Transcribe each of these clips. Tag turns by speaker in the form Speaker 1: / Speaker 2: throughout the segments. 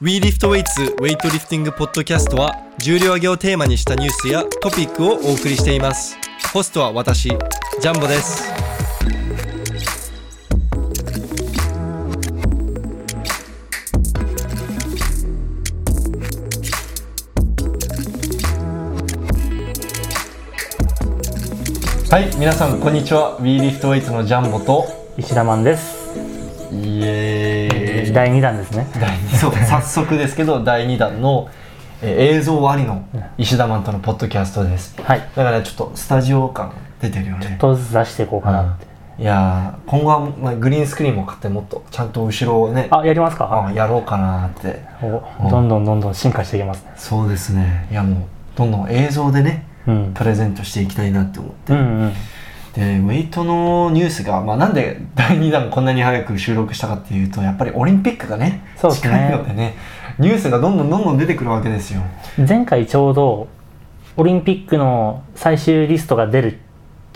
Speaker 1: We Lift Weights ウェイトリフティングポッドキャストは重量挙げをテーマにしたニュースやトピックをお送りしていますホストは私ジャンボですはい皆さんこんにちは We Lift Weights のジャンボと
Speaker 2: 石田マンです。
Speaker 1: イエーイ
Speaker 2: 第2弾ですね。
Speaker 1: 第二そう早速ですけど第2弾の、えー映像ありの石田マンとのポッドキャストですだ
Speaker 2: はい。
Speaker 1: からちょっとスタジオ感出てるよね
Speaker 2: 一つずつ出していこうかなって。
Speaker 1: いやー今後は、まあ、グリーンスクリーンも買ってもっとちゃんと後ろをね
Speaker 2: あ、やります
Speaker 1: あ
Speaker 2: か。
Speaker 1: やろうかなって
Speaker 2: お、どんどんどんどん進化していきますね。
Speaker 1: そうですねいやもうどんどん映像でね
Speaker 2: うん。
Speaker 1: プレゼントしていきたいなって思って
Speaker 2: うんうん。
Speaker 1: でウェイトのニュースが、まあ、なんで第2弾こんなに早く収録したかっていうとやっぱりオリンピックがね
Speaker 2: そうですね
Speaker 1: 近いのでねニュースがどんどんどんどん出てくるわけですよ
Speaker 2: 前回ちょうどオリンピックの最終リストが出る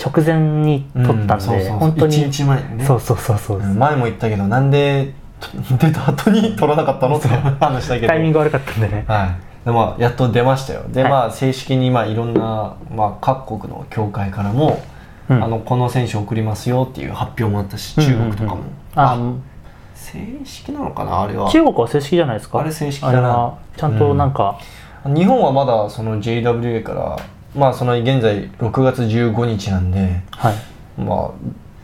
Speaker 2: 直前に撮ったん
Speaker 1: うそう
Speaker 2: で、
Speaker 1: そう
Speaker 2: 本当に
Speaker 1: 1。日前にね
Speaker 2: そうそうそうそう。
Speaker 1: 前も言ったけどなんでと出た後に撮らなかったのって話だけど
Speaker 2: タイミング悪かったんでね。
Speaker 1: はいでまあやっと出ましたよで、
Speaker 2: はい
Speaker 1: まあ正式にまあいろんな、まあ、各国の協会からも、
Speaker 2: うん
Speaker 1: あのこの選手送りますよっていう発表もあったし中国とかも、
Speaker 2: うんうんうんあ、
Speaker 1: 正式なのかなあれは
Speaker 2: 中国は正式じゃないですか。
Speaker 1: あれ正式だ
Speaker 2: あ
Speaker 1: な
Speaker 2: れはちゃんとなんか、
Speaker 1: 日本はまだその JWA からまあその現在6月15日なんで
Speaker 2: はい。
Speaker 1: まあ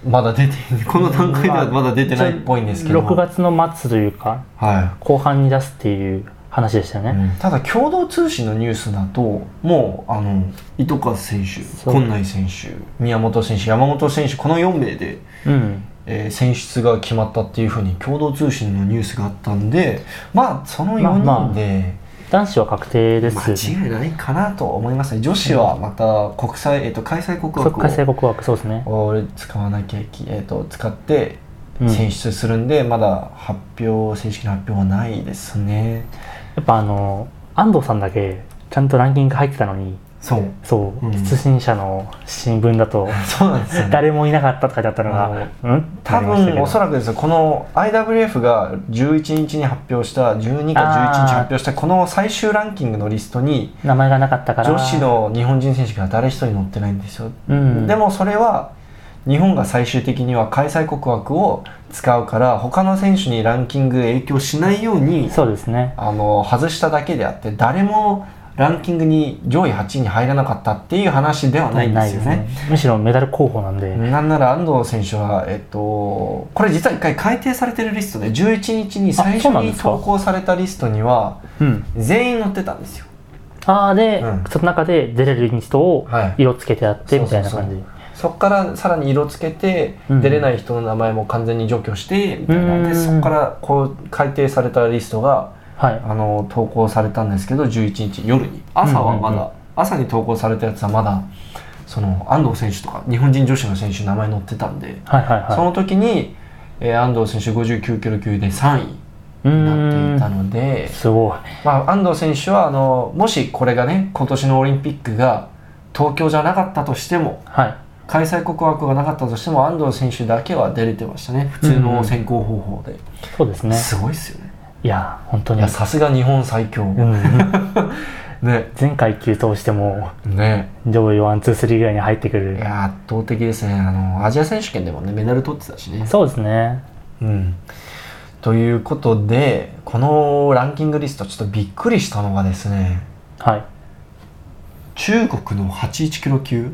Speaker 1: まだ出てこの段階ではまだ出てないっぽいんですけど、
Speaker 2: 6月の末というか
Speaker 1: はい
Speaker 2: 後半に出すっていう話でしたよね。
Speaker 1: ただ共同通信のニュースだともうあの糸数選手
Speaker 2: そう
Speaker 1: 近内選手宮本選手山本選手この4名で、
Speaker 2: うん、
Speaker 1: えー選出が決まったっていうふうに共同通信のニュースがあったんでまあその
Speaker 2: まあまあ
Speaker 1: 4人で
Speaker 2: 男子は確定ですよ
Speaker 1: 間
Speaker 2: ね。
Speaker 1: 違いないかなと思いますね女子はまた国際、えー、と開催国
Speaker 2: そっか、
Speaker 1: 枠
Speaker 2: 正国枠、そうですね。
Speaker 1: をを使わなきゃいけ、えー、と使って
Speaker 2: うん
Speaker 1: 選出するんで、まだ発表正式な発表はないですね
Speaker 2: やっぱあの、安藤さんだけ、ちゃんとランキング入ってたのに、
Speaker 1: そう
Speaker 2: そう、
Speaker 1: うん
Speaker 2: 出身者の新聞だと、
Speaker 1: そうなんですよね
Speaker 2: 誰もいなかったとかだったのが、うん
Speaker 1: 多分おそ
Speaker 2: ら
Speaker 1: らくですよこの IWF が11日に発表した12か11日発表したこの最終ランキングのリストに
Speaker 2: く名前がなかったから、
Speaker 1: 女子、の日本人選手が誰一人載ってないんですよ、
Speaker 2: うん、
Speaker 1: で、もそれは日本が最終的には開催国枠を使うから他の選手にランキング影響しないように
Speaker 2: そうですね。
Speaker 1: あの外しただけであって誰もランキングに上位8位に入らなかったっていう話ではないんですよね。
Speaker 2: ねむしろメダル候補なんで、
Speaker 1: なんなら安藤選手は、えっと、これ実は一回改定されてるリストで11日に最
Speaker 2: あ
Speaker 1: 初
Speaker 2: そうなん
Speaker 1: に
Speaker 2: ですか
Speaker 1: 投稿されたリストには
Speaker 2: うん。
Speaker 1: 全員載ってたんですよ
Speaker 2: ああ、で、
Speaker 1: うん
Speaker 2: その中で出れるリストを
Speaker 1: はい
Speaker 2: 色つけてあって、みたいな
Speaker 1: そうそう
Speaker 2: 感
Speaker 1: そ
Speaker 2: じ。
Speaker 1: うそっからさらに色つけて、
Speaker 2: うん
Speaker 1: 出れない人の名前も完全に除去してみたいなで
Speaker 2: うん
Speaker 1: そっからこう改定されたリストが
Speaker 2: はい。
Speaker 1: あの投稿されたんですけど11日夜に朝はまだ、
Speaker 2: うんうんう
Speaker 1: 朝に投稿されたやつはまだその安藤選手とか日本人女子の選手の名前載ってたんで、
Speaker 2: はいはい
Speaker 1: そ
Speaker 2: は
Speaker 1: の時に、えー安藤選手59キロ級で3位。
Speaker 2: い。う
Speaker 1: なってい
Speaker 2: ー
Speaker 1: た
Speaker 2: ん。
Speaker 1: ので、
Speaker 2: すごい。
Speaker 1: まあ、安藤選手はあのもしこれがね今年のオリンピックが東京じゃなかったとしても
Speaker 2: はい。
Speaker 1: 開催国枠がなかったとしても安藤選手だけは出れてましたね普通の選考方法で、
Speaker 2: そうですね。
Speaker 1: すごいっすよね
Speaker 2: いや、本当
Speaker 1: い
Speaker 2: に
Speaker 1: や。さすが日本最強、
Speaker 2: うん、
Speaker 1: ね
Speaker 2: 前回級通しても
Speaker 1: ね
Speaker 2: 上位ワンツースリーぐらいに入ってく
Speaker 1: い
Speaker 2: る
Speaker 1: や圧倒的ですねあのアジア選手権でもねメダル取ってたしね
Speaker 2: そうですね
Speaker 1: うんということでこのランキングリストちょっとびっくりしたのがですね
Speaker 2: はい
Speaker 1: 中国の81キロ級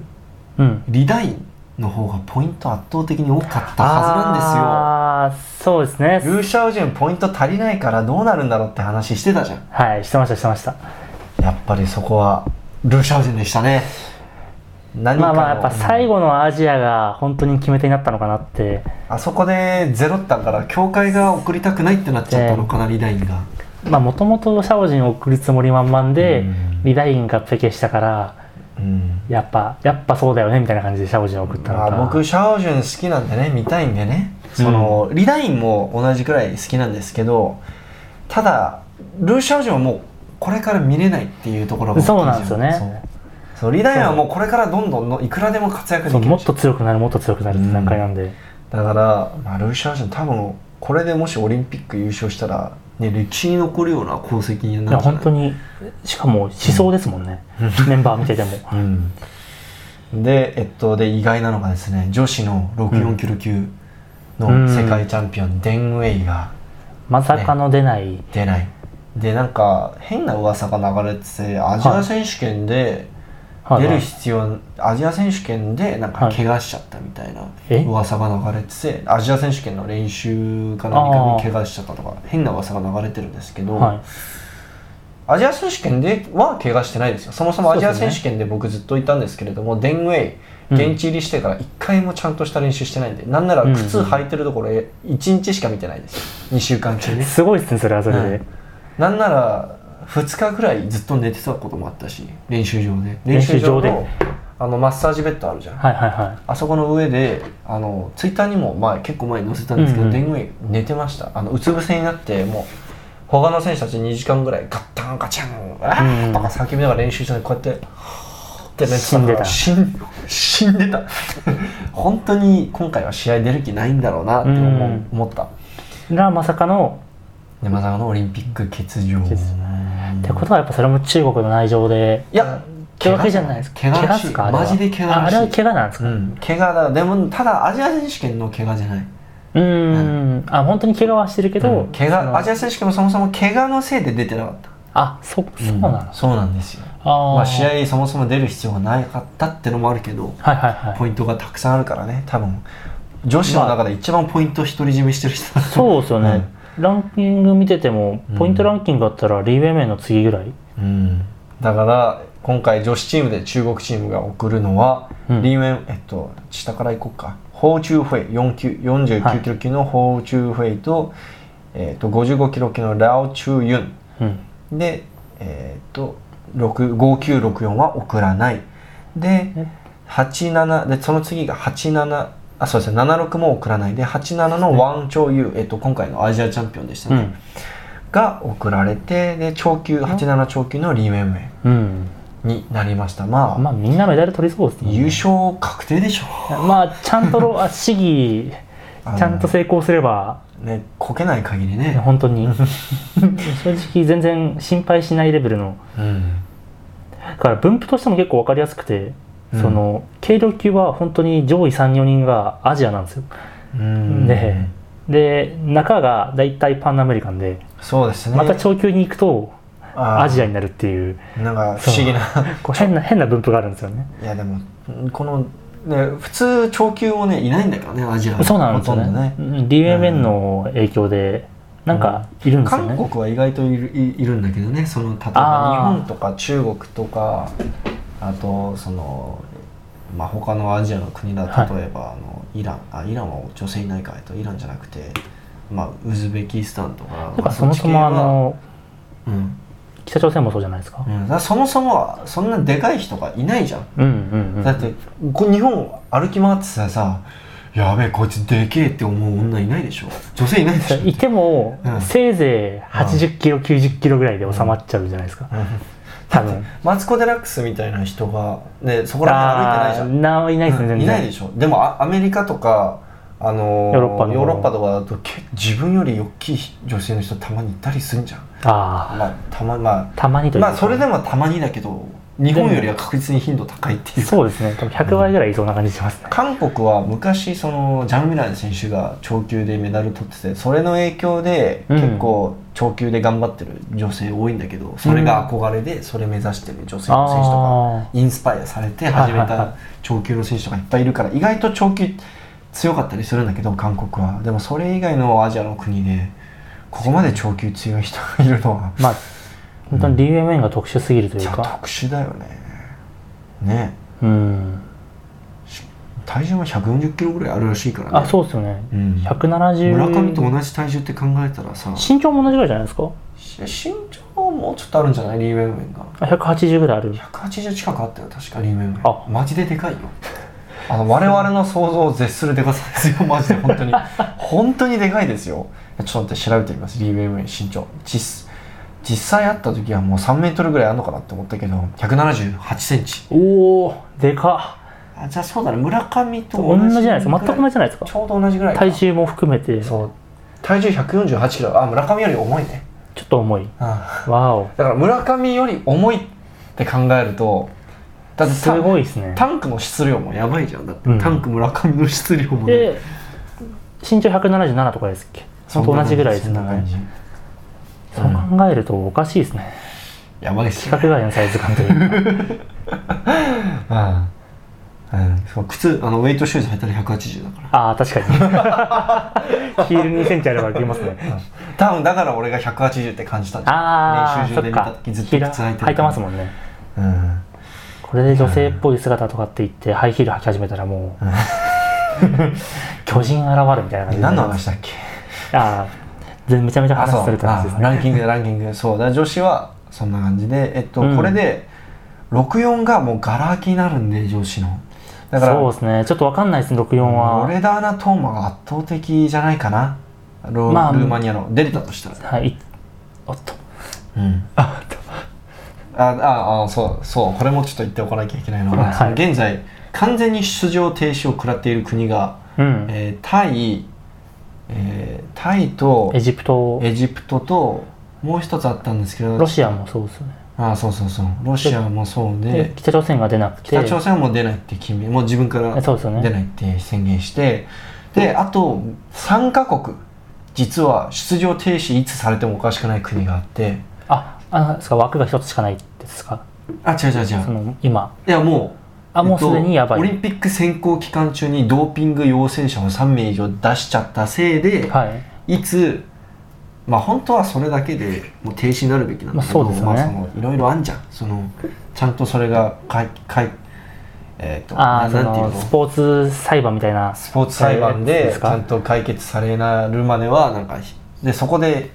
Speaker 2: うん
Speaker 1: リダインの方がポイント圧倒的に多かったは
Speaker 2: ああーそうです
Speaker 1: ずなんですよ
Speaker 2: ね
Speaker 1: ルーシャオジュンポイント足りないからどうなるんだろうって話してたじゃん
Speaker 2: はいしてましたしてました
Speaker 1: やっぱりそこはルーシャオジュンでしたね何か
Speaker 2: まあ
Speaker 1: の
Speaker 2: まあやっぱ最後のアジアが本当に決め手になったのかなって
Speaker 1: あそこでゼロったから協会が送りたくないってなっちゃったのかな、リダインが
Speaker 2: まあもともとシャオジンを送るつもり満々
Speaker 1: う
Speaker 2: で
Speaker 1: ん
Speaker 2: リダインがペケしたから
Speaker 1: うん
Speaker 2: やっぱやっぱそうだよねみたいな感じでシャオジンを送ったの
Speaker 1: ま
Speaker 2: か
Speaker 1: あ僕シャオジュン好きなんでね見たいんでねその、リダインも同じくらい好きなんですけどただルーシャオジュンはもうこれから見れないっていうところが
Speaker 2: そうなんですよね
Speaker 1: そうそうリダインはもうこれからどんどんのいくらでも活躍で
Speaker 2: そ
Speaker 1: きるし
Speaker 2: うもっと強くなるもっと強くなるって段階なんで、
Speaker 1: だから、まあ、ルーシャオジュン多分これでもしオリンピック優勝したらね、歴史に残るような功績に
Speaker 2: い
Speaker 1: なる
Speaker 2: や
Speaker 1: んじゃな
Speaker 2: 本
Speaker 1: い
Speaker 2: 当にしかも思想ですもんね、メンバー見 てても
Speaker 1: うん、で、えっと、で意外なのがですね女子の64キロ級の世界チャンピオン、デン・ウェイが
Speaker 2: まさかの出ない、
Speaker 1: 出ないでなんか変な噂が流れててアジア選手権で
Speaker 2: はい
Speaker 1: 出
Speaker 2: は
Speaker 1: る
Speaker 2: い
Speaker 1: 必要、アジア選手権でなんか
Speaker 2: はい
Speaker 1: 怪我しちゃったみたいな
Speaker 2: え
Speaker 1: 噂が流れててアジア選手権の練習か何かに怪我しちゃったとか変な噂が流れてるんですけど、
Speaker 2: はい
Speaker 1: アジア選手権では怪我してないですよそもそもアジア選手権で僕ずっといたんですけれども、デンウェイ現地入りしてから1回もちゃんとした練習してないんで、なんなら靴履いてるところ1日しか見てないですよ2週間中ね
Speaker 2: すごいですねそれはそれで、
Speaker 1: はいなんなら2日ぐらいずっと寝てたこともあったし練習場で
Speaker 2: 練習場で
Speaker 1: のあのマッサージベッドあるじゃん、
Speaker 2: はいはいはい
Speaker 1: あそこの上であのツイッターにも前結構前に載せたんですけど、
Speaker 2: うんうん
Speaker 1: デングイ寝てましたあのうつ伏せになってもう他の選手たち2時間ぐらいガッタンガチャンあ
Speaker 2: うんう
Speaker 1: ー
Speaker 2: ん
Speaker 1: とか叫びながら練習してこうやってはーって寝て
Speaker 2: 死んでた
Speaker 1: 死ん死んでた 本当に今回は試合出る気ないんだろうなって思,、う
Speaker 2: うん
Speaker 1: 思った
Speaker 2: がまさかの
Speaker 1: でまさかのオリンピック欠場
Speaker 2: 欠場ってことはやっぱそれも中国の内情で
Speaker 1: いや
Speaker 2: ってわけじゃないです
Speaker 1: 怪我
Speaker 2: 怪
Speaker 1: ら
Speaker 2: 我
Speaker 1: しい
Speaker 2: ですかあれは
Speaker 1: マジで怪我
Speaker 2: あ
Speaker 1: ら
Speaker 2: あ
Speaker 1: し
Speaker 2: れ
Speaker 1: い
Speaker 2: は怪我なんです
Speaker 1: う
Speaker 2: か
Speaker 1: ん、怪我だでもただアジア選手権の怪我じゃない
Speaker 2: うんんあ本当に怪我はしてるけど、
Speaker 1: 怪
Speaker 2: そ
Speaker 1: 我
Speaker 2: の
Speaker 1: アジア選手権もそもそも怪我のせいで出てなかった
Speaker 2: あそそうなの、あ
Speaker 1: そうなんですよ
Speaker 2: あー
Speaker 1: まあ、試合そもそも出る必要がなかったってのもあるけど
Speaker 2: はいはいはい
Speaker 1: ポイントがたくさんあるからね多分女子の中で一番ポイント独り占めしてる人だと思
Speaker 2: そうですよね、ランキング見ててもポイントランキングだったらリー・ウェイメンの次ぐらい、
Speaker 1: うん、だから今回女子チームで中国チームが送るのは、
Speaker 2: うん
Speaker 1: リーウェンえっと下から行こうかホーチューフェイ4級
Speaker 2: はい
Speaker 1: 49キロ級のホーチューフェイと,、えっと55キロ級のラオチューユン
Speaker 2: うん、
Speaker 1: で、えー、と6 5964は送らないで87でその次が87あそうですね76も送らないで87のワン・チョウ・ユー、えっと今回のアジアチャンピオンでした
Speaker 2: う
Speaker 1: ね、
Speaker 2: ん
Speaker 1: が送られてで長級87長級のリー・ウェンウェ
Speaker 2: うん
Speaker 1: ンになりましたまあ、
Speaker 2: まあみんなメダル取りそうですね
Speaker 1: 優勝確定でしょ
Speaker 2: まあちゃんとロあ試技
Speaker 1: あの
Speaker 2: ちゃんと成功すれば
Speaker 1: うねこけない限りね、
Speaker 2: 本 当に正直全然心配しないレベルの
Speaker 1: うん、
Speaker 2: だから分布としても結構分かりやすくて、
Speaker 1: うん
Speaker 2: その軽量級は本当に上位34人がアジアなんですよ、
Speaker 1: うん
Speaker 2: でで中が大体パンアメリカンで
Speaker 1: そうですね
Speaker 2: また長級に行くと
Speaker 1: あー
Speaker 2: アジアになるっていう
Speaker 1: なんか不思議な
Speaker 2: こう変な変な分布があるんですよね
Speaker 1: いやでもんこの、ね、普通長級もねいないんだけどねアジアは
Speaker 2: そうなんですよ
Speaker 1: ほとんど
Speaker 2: ね
Speaker 1: ね
Speaker 2: うん DMN の影響でなんかいるんですよね、
Speaker 1: 韓国は意外といるいいるんだけどねその例えば日
Speaker 2: あー
Speaker 1: 本とか中国とかあとその、まあ、他のアジアの国だ
Speaker 2: はい
Speaker 1: と例えば、あのイランあイランは女性いないかえっとイランじゃなくて、まあ、ウズベキスタンとか
Speaker 2: だからそ
Speaker 1: ま
Speaker 2: も
Speaker 1: あっち
Speaker 2: そ
Speaker 1: 系
Speaker 2: も
Speaker 1: は
Speaker 2: あの
Speaker 1: うん
Speaker 2: 北朝鮮もそうじゃないですか
Speaker 1: う。ん、だからそもそもはそんなでかい人がいないじゃん
Speaker 2: うんうんうん。
Speaker 1: だってこ日本歩き回ってささ「やべえこいつでけえ」って思う女いないでしょ女性いないでしょ
Speaker 2: いても、
Speaker 1: うん
Speaker 2: せいぜい80キロ、90キロぐらいで収まっちゃうんじゃないですか。
Speaker 1: うん
Speaker 2: 多分。
Speaker 1: マツコ・デラックスみたいな人が、ね、そこら
Speaker 2: あ
Speaker 1: 辺歩いてないじゃん
Speaker 2: ーな、いないですね、
Speaker 1: う
Speaker 2: 全
Speaker 1: ん
Speaker 2: 然。
Speaker 1: いないでしょでもあアメリカとか、あのー
Speaker 2: ヨーロッパの
Speaker 1: ヨーロッパとかだとけ自分より大きい女性の人たまにいたりするじゃん
Speaker 2: あ
Speaker 1: まあたまま
Speaker 2: あ、たまにと
Speaker 1: あ
Speaker 2: いうか
Speaker 1: まあそれでもたまにだけど日本よりは確実に頻度高いっていう
Speaker 2: そうですね、多分100倍ぐらいいそうな感じしますね。
Speaker 1: 韓国は昔そのジャン・ミラン選手が長級でメダル取っててそれの影響で
Speaker 2: うん
Speaker 1: 結構長級で頑張ってる女性多いんだけど、それが憧れでそれ目指してる女性の選手とかインスパイアされて始め
Speaker 2: はいはいは
Speaker 1: た長級の選手とかいっぱいいるから意外と長級強かったりするんだけど韓国はでもそれ以外のアジアの国でここまで長級強い人がいるのは
Speaker 2: まあ、本当に DMN が特殊すぎるとい
Speaker 1: いうや
Speaker 2: か、
Speaker 1: 特殊だよねね
Speaker 2: うん。
Speaker 1: 体重も140キロぐらいあるらしいからね
Speaker 2: あ、そうですよね。
Speaker 1: うん
Speaker 2: 170。
Speaker 1: 村上と同じ体重って考えたらさ
Speaker 2: 身長も同じぐらいじゃないですか。
Speaker 1: 身長もうちょっとあるんじゃないリー・ウェンウェンが
Speaker 2: あ180ぐらいある。
Speaker 1: 180近くあったよ確かリー・ウェンウェ
Speaker 2: あ
Speaker 1: ンマジででかいよあの我々の想像を絶するでかさですよマ ジで本当に本当にでかいですよちょっと待って調べてみますリー・ウェンウェン身長実実際会った時はもう3メートルぐらいあるのかなって思ったけど178センチ
Speaker 2: おおでかっ
Speaker 1: あじゃあそうだね村上と
Speaker 2: 同じじゃないですか。全く同じじゃないですか
Speaker 1: ち。ょうど同じぐらいか
Speaker 2: 体重も含めて。
Speaker 1: そう体重148キロあ村上より重いね
Speaker 2: と重い
Speaker 1: あ
Speaker 2: わお
Speaker 1: あだから村上より重いって考えるとだって
Speaker 2: す
Speaker 1: タン
Speaker 2: ごいですね
Speaker 1: タンクの質量もやばいじゃんだって、
Speaker 2: うん
Speaker 1: タンク村上の質量もね
Speaker 2: で身長177とかですっけそれと同じぐらいです
Speaker 1: そんな感
Speaker 2: ね
Speaker 1: じ
Speaker 2: そう考えるとおかしいですね
Speaker 1: やばいっす
Speaker 2: 規
Speaker 1: ね
Speaker 2: 格外のサイズ感と いうか
Speaker 1: うんうん、そう靴あのウェイトシューズ履いたら180だから
Speaker 2: ああ確かに ヒール2センチあればいけますね
Speaker 1: 多分だから俺が180って感じたんじゃん
Speaker 2: ああ
Speaker 1: 練習場
Speaker 2: そっ
Speaker 1: で見た
Speaker 2: か
Speaker 1: 時ずっと靴履いてる
Speaker 2: 履いてますもんね
Speaker 1: うん、
Speaker 2: これで女性っぽい姿とかって言ってハイヒール履き始めたらもう 巨人現るみたいな感じにな
Speaker 1: 何
Speaker 2: り
Speaker 1: の
Speaker 2: ます
Speaker 1: 話だっけ
Speaker 2: ああ全めちゃめちゃ
Speaker 1: あ
Speaker 2: 話
Speaker 1: そう
Speaker 2: された
Speaker 1: あ
Speaker 2: 話ですね
Speaker 1: ランキングランキングそうだから女子はそんな感じでえっと、
Speaker 2: うん
Speaker 1: これで64がもうガラ空きになるんで女子のだから
Speaker 2: そうですねちょっとわかんないですね64は、
Speaker 1: ロレダーナ・トーマが圧倒的じゃないかなロ、
Speaker 2: まあ
Speaker 1: ルーマニアの出れたとしたら、
Speaker 2: はいいおっと
Speaker 1: うん、
Speaker 2: あ
Speaker 1: あああそうそうこれもちょっと言っておかなきゃいけないのが、
Speaker 2: はい
Speaker 1: 現在完全に出場停止を食らっている国が、
Speaker 2: うん
Speaker 1: えータイ、えータイと
Speaker 2: エジプト
Speaker 1: エジプトともう一つあったんですけど
Speaker 2: ロシアもそうですね
Speaker 1: あそうそうそうロシアもそうで
Speaker 2: で北朝鮮が出なくて
Speaker 1: 北朝鮮はもう出ないって決めもう自分から
Speaker 2: えそうですよね
Speaker 1: 出ないって宣言してであと3カ国実は出場停止いつされてもおかしくない国があって
Speaker 2: ああなんですか枠が一つしかないですか
Speaker 1: あ違う違う違
Speaker 2: そうの今
Speaker 1: いやもう
Speaker 2: あもう
Speaker 1: えっと
Speaker 2: すでにやばい、
Speaker 1: オリンピック選考期間中にドーピング陽性者を3名以上出しちゃったせいで、
Speaker 2: はい
Speaker 1: いつまあ本当はそれだけでもう停止になるべきなんだけど、
Speaker 2: まあそうですよね
Speaker 1: そのいろいろあんじゃんそのちゃんとそれがかいかいえっ、と
Speaker 2: ああそ
Speaker 1: ななんていう
Speaker 2: の
Speaker 1: の
Speaker 2: スポーツ裁判みたいな
Speaker 1: スポーツ裁判
Speaker 2: えーで
Speaker 1: ですち
Speaker 2: か
Speaker 1: ゃんと解決されなるまではなんかひでそこで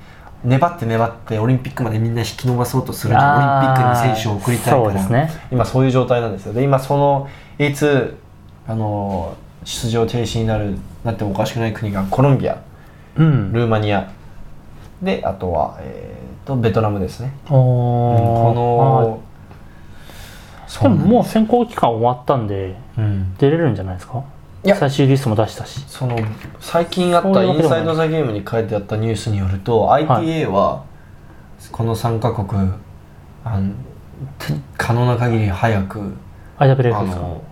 Speaker 1: 粘って粘ってオリンピックまでみんな引き延ばそうとするじゃんオリンピックに選手を送りたいから
Speaker 2: そうですね
Speaker 1: 今そういう状態なんですよで今そのいつあの出場停止になるなってもおかしくない国がコロンビア
Speaker 2: うん
Speaker 1: ルーマニアであとは、えー、とベトナムですね、
Speaker 2: お
Speaker 1: うん
Speaker 2: ー
Speaker 1: この
Speaker 2: あーでももう
Speaker 1: そ
Speaker 2: 選考期間終わったんで
Speaker 1: うなんです、うん
Speaker 2: 出れるんじゃないですか
Speaker 1: いや
Speaker 2: 最終リストも出したし
Speaker 1: その最近あっ
Speaker 2: そ
Speaker 1: た
Speaker 2: ういうわ
Speaker 1: イ
Speaker 2: け
Speaker 1: ン
Speaker 2: でもな
Speaker 1: サ
Speaker 2: い
Speaker 1: イド・ザ・ゲームに書いてあったニュースによると、ITA はこの3カ国あのて可能な限り早く
Speaker 2: IWF
Speaker 1: あ
Speaker 2: ですか
Speaker 1: の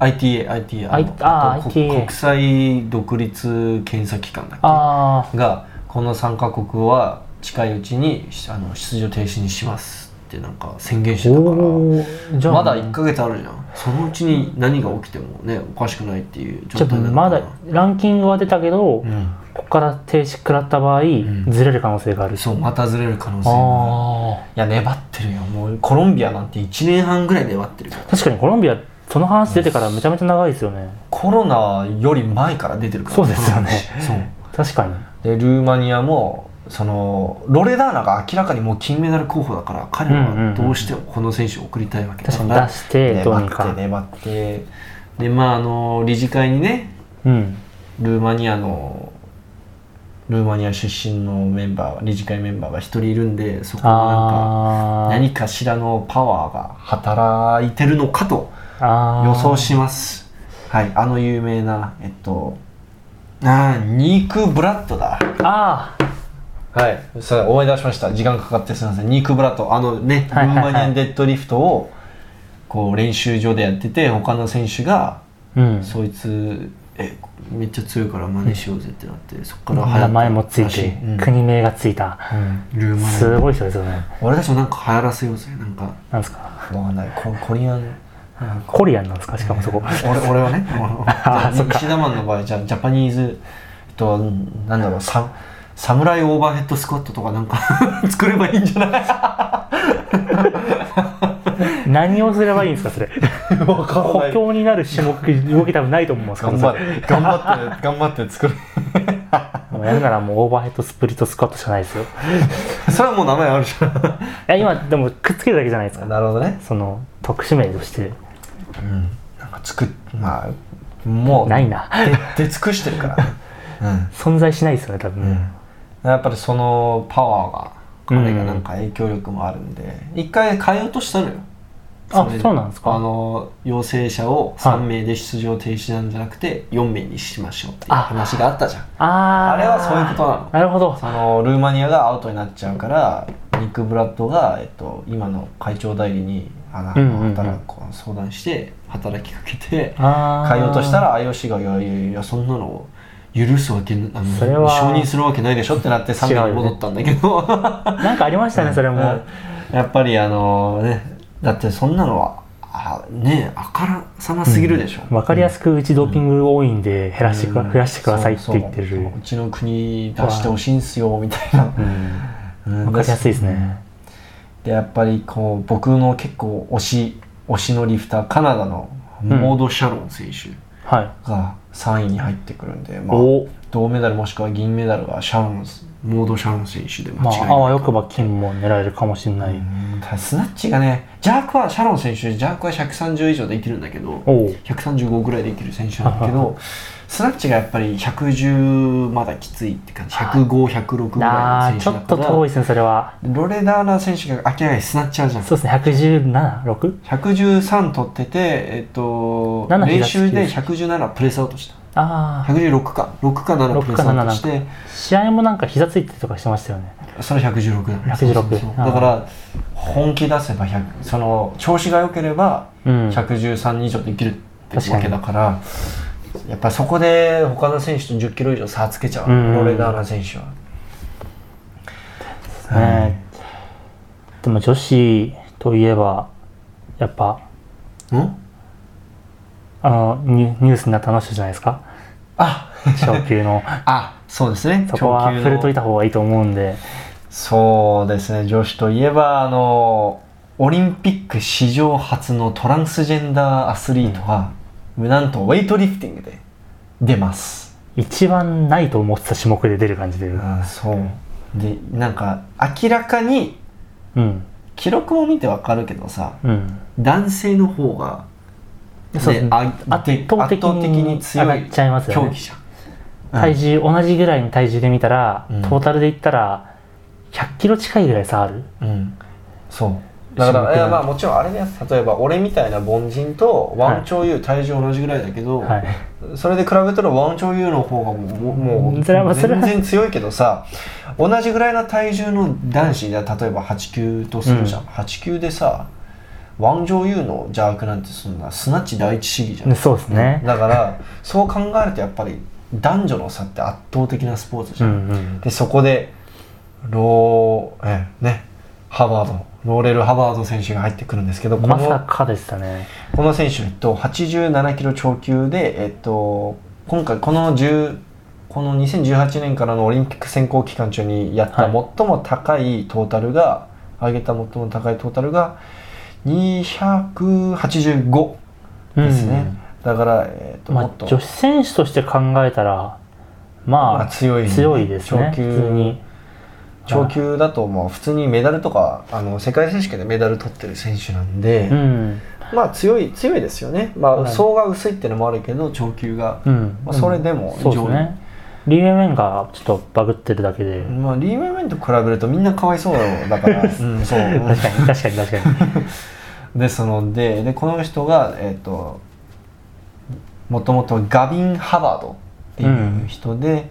Speaker 1: ITA, ITA,
Speaker 2: あいあ
Speaker 1: のこ
Speaker 2: ITA
Speaker 1: 国際独立検査機関だっけ
Speaker 2: あ
Speaker 1: がこの3カ国は近いうちにあの出場停止にしますってなんか宣言して
Speaker 2: あ
Speaker 1: たから
Speaker 2: おーじゃあ
Speaker 1: まだ1ヶ月あるじゃんそのうちに何が起きてもねおかしくないっていう
Speaker 2: ちょ
Speaker 1: 状態
Speaker 2: っ
Speaker 1: な
Speaker 2: と
Speaker 1: のかな
Speaker 2: まだランキングは出たけど、
Speaker 1: うん
Speaker 2: ここから停止食らった場合、
Speaker 1: ん
Speaker 2: ずれる可能性がある
Speaker 1: そうまたずれる可能性が
Speaker 2: あ
Speaker 1: いや粘ってるよもうコロンビアなんて1年半ぐらい粘ってるから
Speaker 2: あ確かにコロンビアその話出てからめちゃめちゃ長いですよね
Speaker 1: コロナより前から出てるから
Speaker 2: そうですよね
Speaker 1: そう
Speaker 2: 確かに
Speaker 1: でルーマニアもそのロレダーナが明らかにもう金メダル候補だから彼
Speaker 2: うんうんう
Speaker 1: は
Speaker 2: ん
Speaker 1: どうしてもこの選手を送りたいわけだ
Speaker 2: 確
Speaker 1: か、
Speaker 2: からに出してど
Speaker 1: 粘
Speaker 2: うに
Speaker 1: って
Speaker 2: か、
Speaker 1: 粘ってでまああの理事会にね
Speaker 2: うん
Speaker 1: ルーマニアのルーマニア出身のメンバー理事会メンバーが一人いるんでそこはなんか
Speaker 2: あー
Speaker 1: 何かしらのパワーが働いてるのかと
Speaker 2: あー
Speaker 1: 予想しますはいあの有名なえっとあーニーク・ブラッドだ
Speaker 2: あー
Speaker 1: はいそれ思い出しました時間かかってすみませんニーク・ブラッドあのねル
Speaker 2: はい
Speaker 1: ー
Speaker 2: はいはい
Speaker 1: マニアンデッドリフトをこう練習場でやってて他の選手が
Speaker 2: うん
Speaker 1: そいつえめっちゃ強いから真似しようぜってなってそこから流行った
Speaker 2: 名前もつい、
Speaker 1: らしてうん
Speaker 2: 国名がついた
Speaker 1: うんルーマニ
Speaker 2: す
Speaker 1: ア
Speaker 2: ごい人ですよね
Speaker 1: 俺たちもなんか流行らせようぜなんか
Speaker 2: なんですか
Speaker 1: わかんないココリアンなんか
Speaker 2: コリアンなんですかしかもそこ
Speaker 1: 俺俺 はね
Speaker 2: あーそっか
Speaker 1: 西田マンの場合じゃあジャパニーズ、えっと、なんだろうササムライオーバーヘッドスクワットとかなんか 作ればいいんじゃない
Speaker 2: 何をすればいいんですかそれ
Speaker 1: わかん
Speaker 2: 補強になる種目動き多分ないと思うんですから
Speaker 1: 頑張って頑張って頑張って作る
Speaker 2: もうやるならもうオーバーヘッドスプリットスクワットしかないですよい
Speaker 1: それはもう名前あるじゃ
Speaker 2: や今でもくっつけるだけじゃないですか
Speaker 1: んなるほどね
Speaker 2: その特殊名として
Speaker 1: なんか作っまあもう
Speaker 2: ないな
Speaker 1: 出出尽くしてるからね
Speaker 2: 存在しないですよね多
Speaker 1: うん、うん
Speaker 2: 分、、
Speaker 1: やっぱりそのパワーが彼がなんか影響力もあるんで、一回変えようとしたのよ
Speaker 2: あ
Speaker 1: れ
Speaker 2: そうなんですか
Speaker 1: あの陽性者を3名で出場停止なんじゃなくて4名にしましょうっていう
Speaker 2: あ
Speaker 1: 話があったじゃん
Speaker 2: あー
Speaker 1: あれはそういうことなの
Speaker 2: なるほど
Speaker 1: そのルーマニアがアウトになっちゃうからニック・ブラッドが、えっと、今の会長代理にあの
Speaker 2: うんうんうん
Speaker 1: 働くこう相談して働きかけて
Speaker 2: あー
Speaker 1: 変えようとしたら IOC が「いやいやいやそんなの許すわけなあの
Speaker 2: それは
Speaker 1: 承認するわけないでしょ」ってな って3名に戻ったんだけど、
Speaker 2: なんかありましたねそれも、
Speaker 1: うん やっぱりあのねだってそんなのはあねあからさますぎるでしょ、
Speaker 2: 分かりやすくうちドーピング多いんで減らしてくだ、
Speaker 1: うん
Speaker 2: 増やしてくださいって言ってる
Speaker 1: そうそううちの国出してほしいんすよみたいな
Speaker 2: うん
Speaker 1: うん
Speaker 2: 分かりやすいですね
Speaker 1: でやっぱりこう僕の結構推し推しのリフターカナダのモード・シャロン選手
Speaker 2: はい
Speaker 1: が3位に入ってくるんで、まあ、
Speaker 2: お
Speaker 1: 銅メダルもしくは銀メダルはシャロンモード・シャロン選手で
Speaker 2: ま
Speaker 1: 間違いない、
Speaker 2: ああわよくば金も狙えるかもしれない、
Speaker 1: うんただスナッチがねジャークはシャロン選手ジャークは130以上できるんだけど
Speaker 2: おお
Speaker 1: 135ぐらいできる選手なんだけ どスナッチがやっぱり110まだきついって感じ105、106ぐら
Speaker 2: あ
Speaker 1: い
Speaker 2: ー
Speaker 1: の
Speaker 2: ち
Speaker 1: 選
Speaker 2: ょ
Speaker 1: 手
Speaker 2: っ
Speaker 1: だ
Speaker 2: と
Speaker 1: から
Speaker 2: 遠いですねそれは
Speaker 1: ロレダーナ選手が明らかにスナッチャーじゃん
Speaker 2: そうですね1176
Speaker 1: 113取ってて、えっと、
Speaker 2: 7
Speaker 1: 練習で117プレスアウトした
Speaker 2: ああ
Speaker 1: 116か6か7プレスアウトして
Speaker 2: 試合もなんか膝ついてとかしてましたよね
Speaker 1: それ116だ
Speaker 2: 116
Speaker 1: そうそうそう
Speaker 2: あー
Speaker 1: だから本気出せば100その調子が良ければ
Speaker 2: うん
Speaker 1: 113以上できるって
Speaker 2: 確か
Speaker 1: わ
Speaker 2: に
Speaker 1: けだから、やっぱそこで他の選手と10キロ以上差つけちゃう、
Speaker 2: うん
Speaker 1: ロレダーナ選手は。
Speaker 2: ねでも女子といえばやっぱ
Speaker 1: うん
Speaker 2: あのニュニュースになったあの人じゃないです か
Speaker 1: あ
Speaker 2: 昇級の
Speaker 1: あそうですね
Speaker 2: そこは
Speaker 1: 超級の
Speaker 2: 触れといた方がいいと思うんで
Speaker 1: そうですね女子といえばあのオリンピック史上初のトランスジェンダーアスリートは、なんとウェイトリフティングで出ます、
Speaker 2: 一番ないと思ってた種目で出る感じでう
Speaker 1: あそうでなんか明らかに
Speaker 2: ん
Speaker 1: 記録も見てわかるけどさ
Speaker 2: うん
Speaker 1: 男性の方が、ね
Speaker 2: そうですね
Speaker 1: あで
Speaker 2: 圧倒的
Speaker 1: 圧倒的に
Speaker 2: に
Speaker 1: 強
Speaker 2: 上
Speaker 1: い
Speaker 2: がっちゃいますよ
Speaker 1: 競技
Speaker 2: ね
Speaker 1: じゃ
Speaker 2: 体重同じぐらいの体重で見たら、
Speaker 1: うん
Speaker 2: トータルでいったら100キロ近いぐらい差ある
Speaker 1: ん、うん、そうだからいやまあもちろんあれね例えば俺みたいな凡人とワンチョウユー体重同じぐらいだけど、
Speaker 2: はい
Speaker 1: それで比べたらワンチョウユーの方がもうもう
Speaker 2: それはまあそれ
Speaker 1: 全
Speaker 2: は
Speaker 1: 然強いけどさ同じぐらいの体重の男子で例えば89とするじゃん、
Speaker 2: う
Speaker 1: 89でさワンチョウユーの邪悪なんてそんなスナッチ第一主義じゃん、
Speaker 2: ねそうですね
Speaker 1: だからそう考えるとやっぱり男女の差って圧倒的なスポーツじ
Speaker 2: う
Speaker 1: ゃん、
Speaker 2: んうん
Speaker 1: でそこでローえねハバードローレル・ハバード選手が入ってくるんですけどこの
Speaker 2: まさかでしたね
Speaker 1: この選手、えっと、87キロ超級で、えっと、今回この10この2018年からのオリンピック選考期間中にやった
Speaker 2: は
Speaker 1: 最
Speaker 2: い
Speaker 1: も高いトータルが、上げた最も高いトータルが285ですね、だから、えっと
Speaker 2: ま
Speaker 1: もっ
Speaker 2: あ、
Speaker 1: と、
Speaker 2: 女子選手として考えたら
Speaker 1: まあ
Speaker 2: まあ
Speaker 1: 強い
Speaker 2: 強いですね
Speaker 1: 超級
Speaker 2: 普通に
Speaker 1: 超級だともう普通にメダルとかあの世界選手権でメダル取ってる選手なんで、
Speaker 2: うん
Speaker 1: まあ強い強いですよね、まあ、
Speaker 2: はい
Speaker 1: 層が薄いっていうのもあるけど超級が、
Speaker 2: うん、
Speaker 1: まあ、それでも
Speaker 2: そうで
Speaker 1: 上
Speaker 2: す
Speaker 1: 位
Speaker 2: ねリーウェイメンがちょっとバグってるだけで、
Speaker 1: まあ、リー・ウェイメンと比べるとみんなかわいそうだ から、うん、そう
Speaker 2: 確かに確かに確かに
Speaker 1: ですのででこの人が、えっともともとガビン・ハバードっていう人で、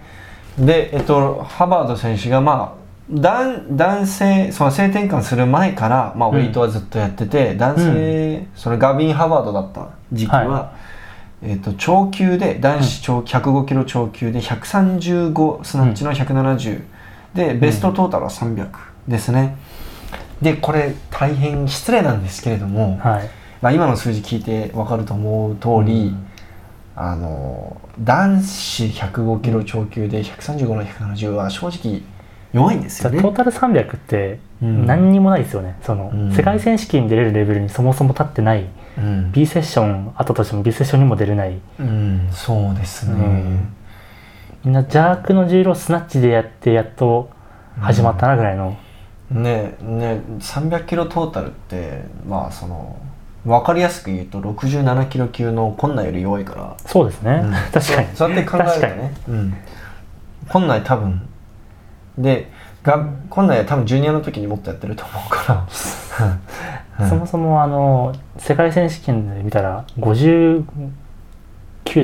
Speaker 1: で、えっとハバード選手が、まあ、男男性その性転換する前から、まあ、ウ
Speaker 2: うん
Speaker 1: ェイトはずっとやってて、男性、そのガビン・ハバードだった時期は、
Speaker 2: は
Speaker 1: えっと超級で男子超105キロ超級で135スナッチの170、でベストトータルは300ですね、でこれ大変失礼なんですけれども、
Speaker 2: はい
Speaker 1: まあ、今の数字聞いて分かると思う通り、
Speaker 2: うん
Speaker 1: あの男子105キロ超級で135の170は正直弱いんです
Speaker 2: だ
Speaker 1: よ
Speaker 2: から
Speaker 1: ね
Speaker 2: トー。タル300って
Speaker 1: うん
Speaker 2: 何にもないですよね、その、
Speaker 1: うん
Speaker 2: 世界選手権に出れるレベルにそもそも立ってない
Speaker 1: うん
Speaker 2: B セッションあったとしても B セッションにも出れない
Speaker 1: うんそうですね、
Speaker 2: うんみんな邪悪の重量スナッチでやってやっと始まったなぐらいの、
Speaker 1: ねね300キロトータルってまあその分かりやすく言うと67キロ級のこんなんより弱いから
Speaker 2: そうですね、
Speaker 1: うん
Speaker 2: 確かに
Speaker 1: そうやって考えるとね、うん、こんなん多分でがこんなん多分ジュニアの時にもっとやってると思うからうん
Speaker 2: そもそもあの世界選手権で見たら59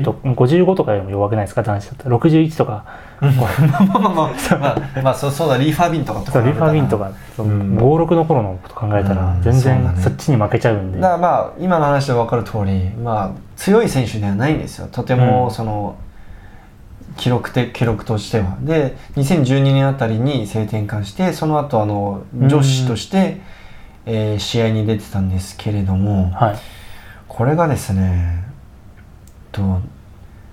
Speaker 2: と55とかよりも弱くないですか男子だったら61とか
Speaker 1: まあまあまあまあ、まあ、ま あ、そうそうだリーファビンとかと
Speaker 2: そうリファビンと
Speaker 1: か
Speaker 2: か
Speaker 1: うん
Speaker 2: 56の頃のこと考えたら
Speaker 1: うん
Speaker 2: 全
Speaker 1: そうだね
Speaker 2: 然そっちに負けちゃうんで、
Speaker 1: だからまあ今の話で分かる通りまあ強い選手ではないんですよとて
Speaker 2: う
Speaker 1: も
Speaker 2: ん
Speaker 1: その、記録て記録としてはで2012年あたりに性転換してその後あの
Speaker 2: うん
Speaker 1: 女子として、えー試合に出てたんですけれども
Speaker 2: はい、
Speaker 1: これがですねと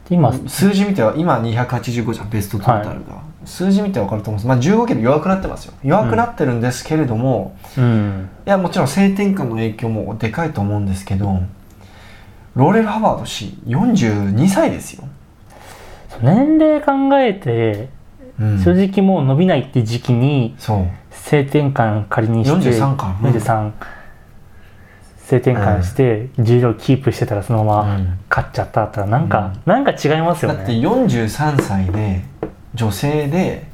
Speaker 2: で今
Speaker 1: 数字見ては今285じゃんベストトータルが、数字見て分かると思うんです、まあ、15キロ弱くなってますよ弱くなってるんですけれども、
Speaker 2: うん
Speaker 1: いやもちろん性転換の影響もでかいと思うんですけどローレル・ハワード氏42歳ですよ、
Speaker 2: 年齢考えて
Speaker 1: うん
Speaker 2: 正直もう伸びないって時期に
Speaker 1: そう
Speaker 2: 性転換仮にして
Speaker 1: 43かうん
Speaker 2: 43性転換して重量キープしてたらそのまま勝っちゃったったらなんか、なんか違いますよ
Speaker 1: だって
Speaker 2: ね
Speaker 1: 43歳で女性で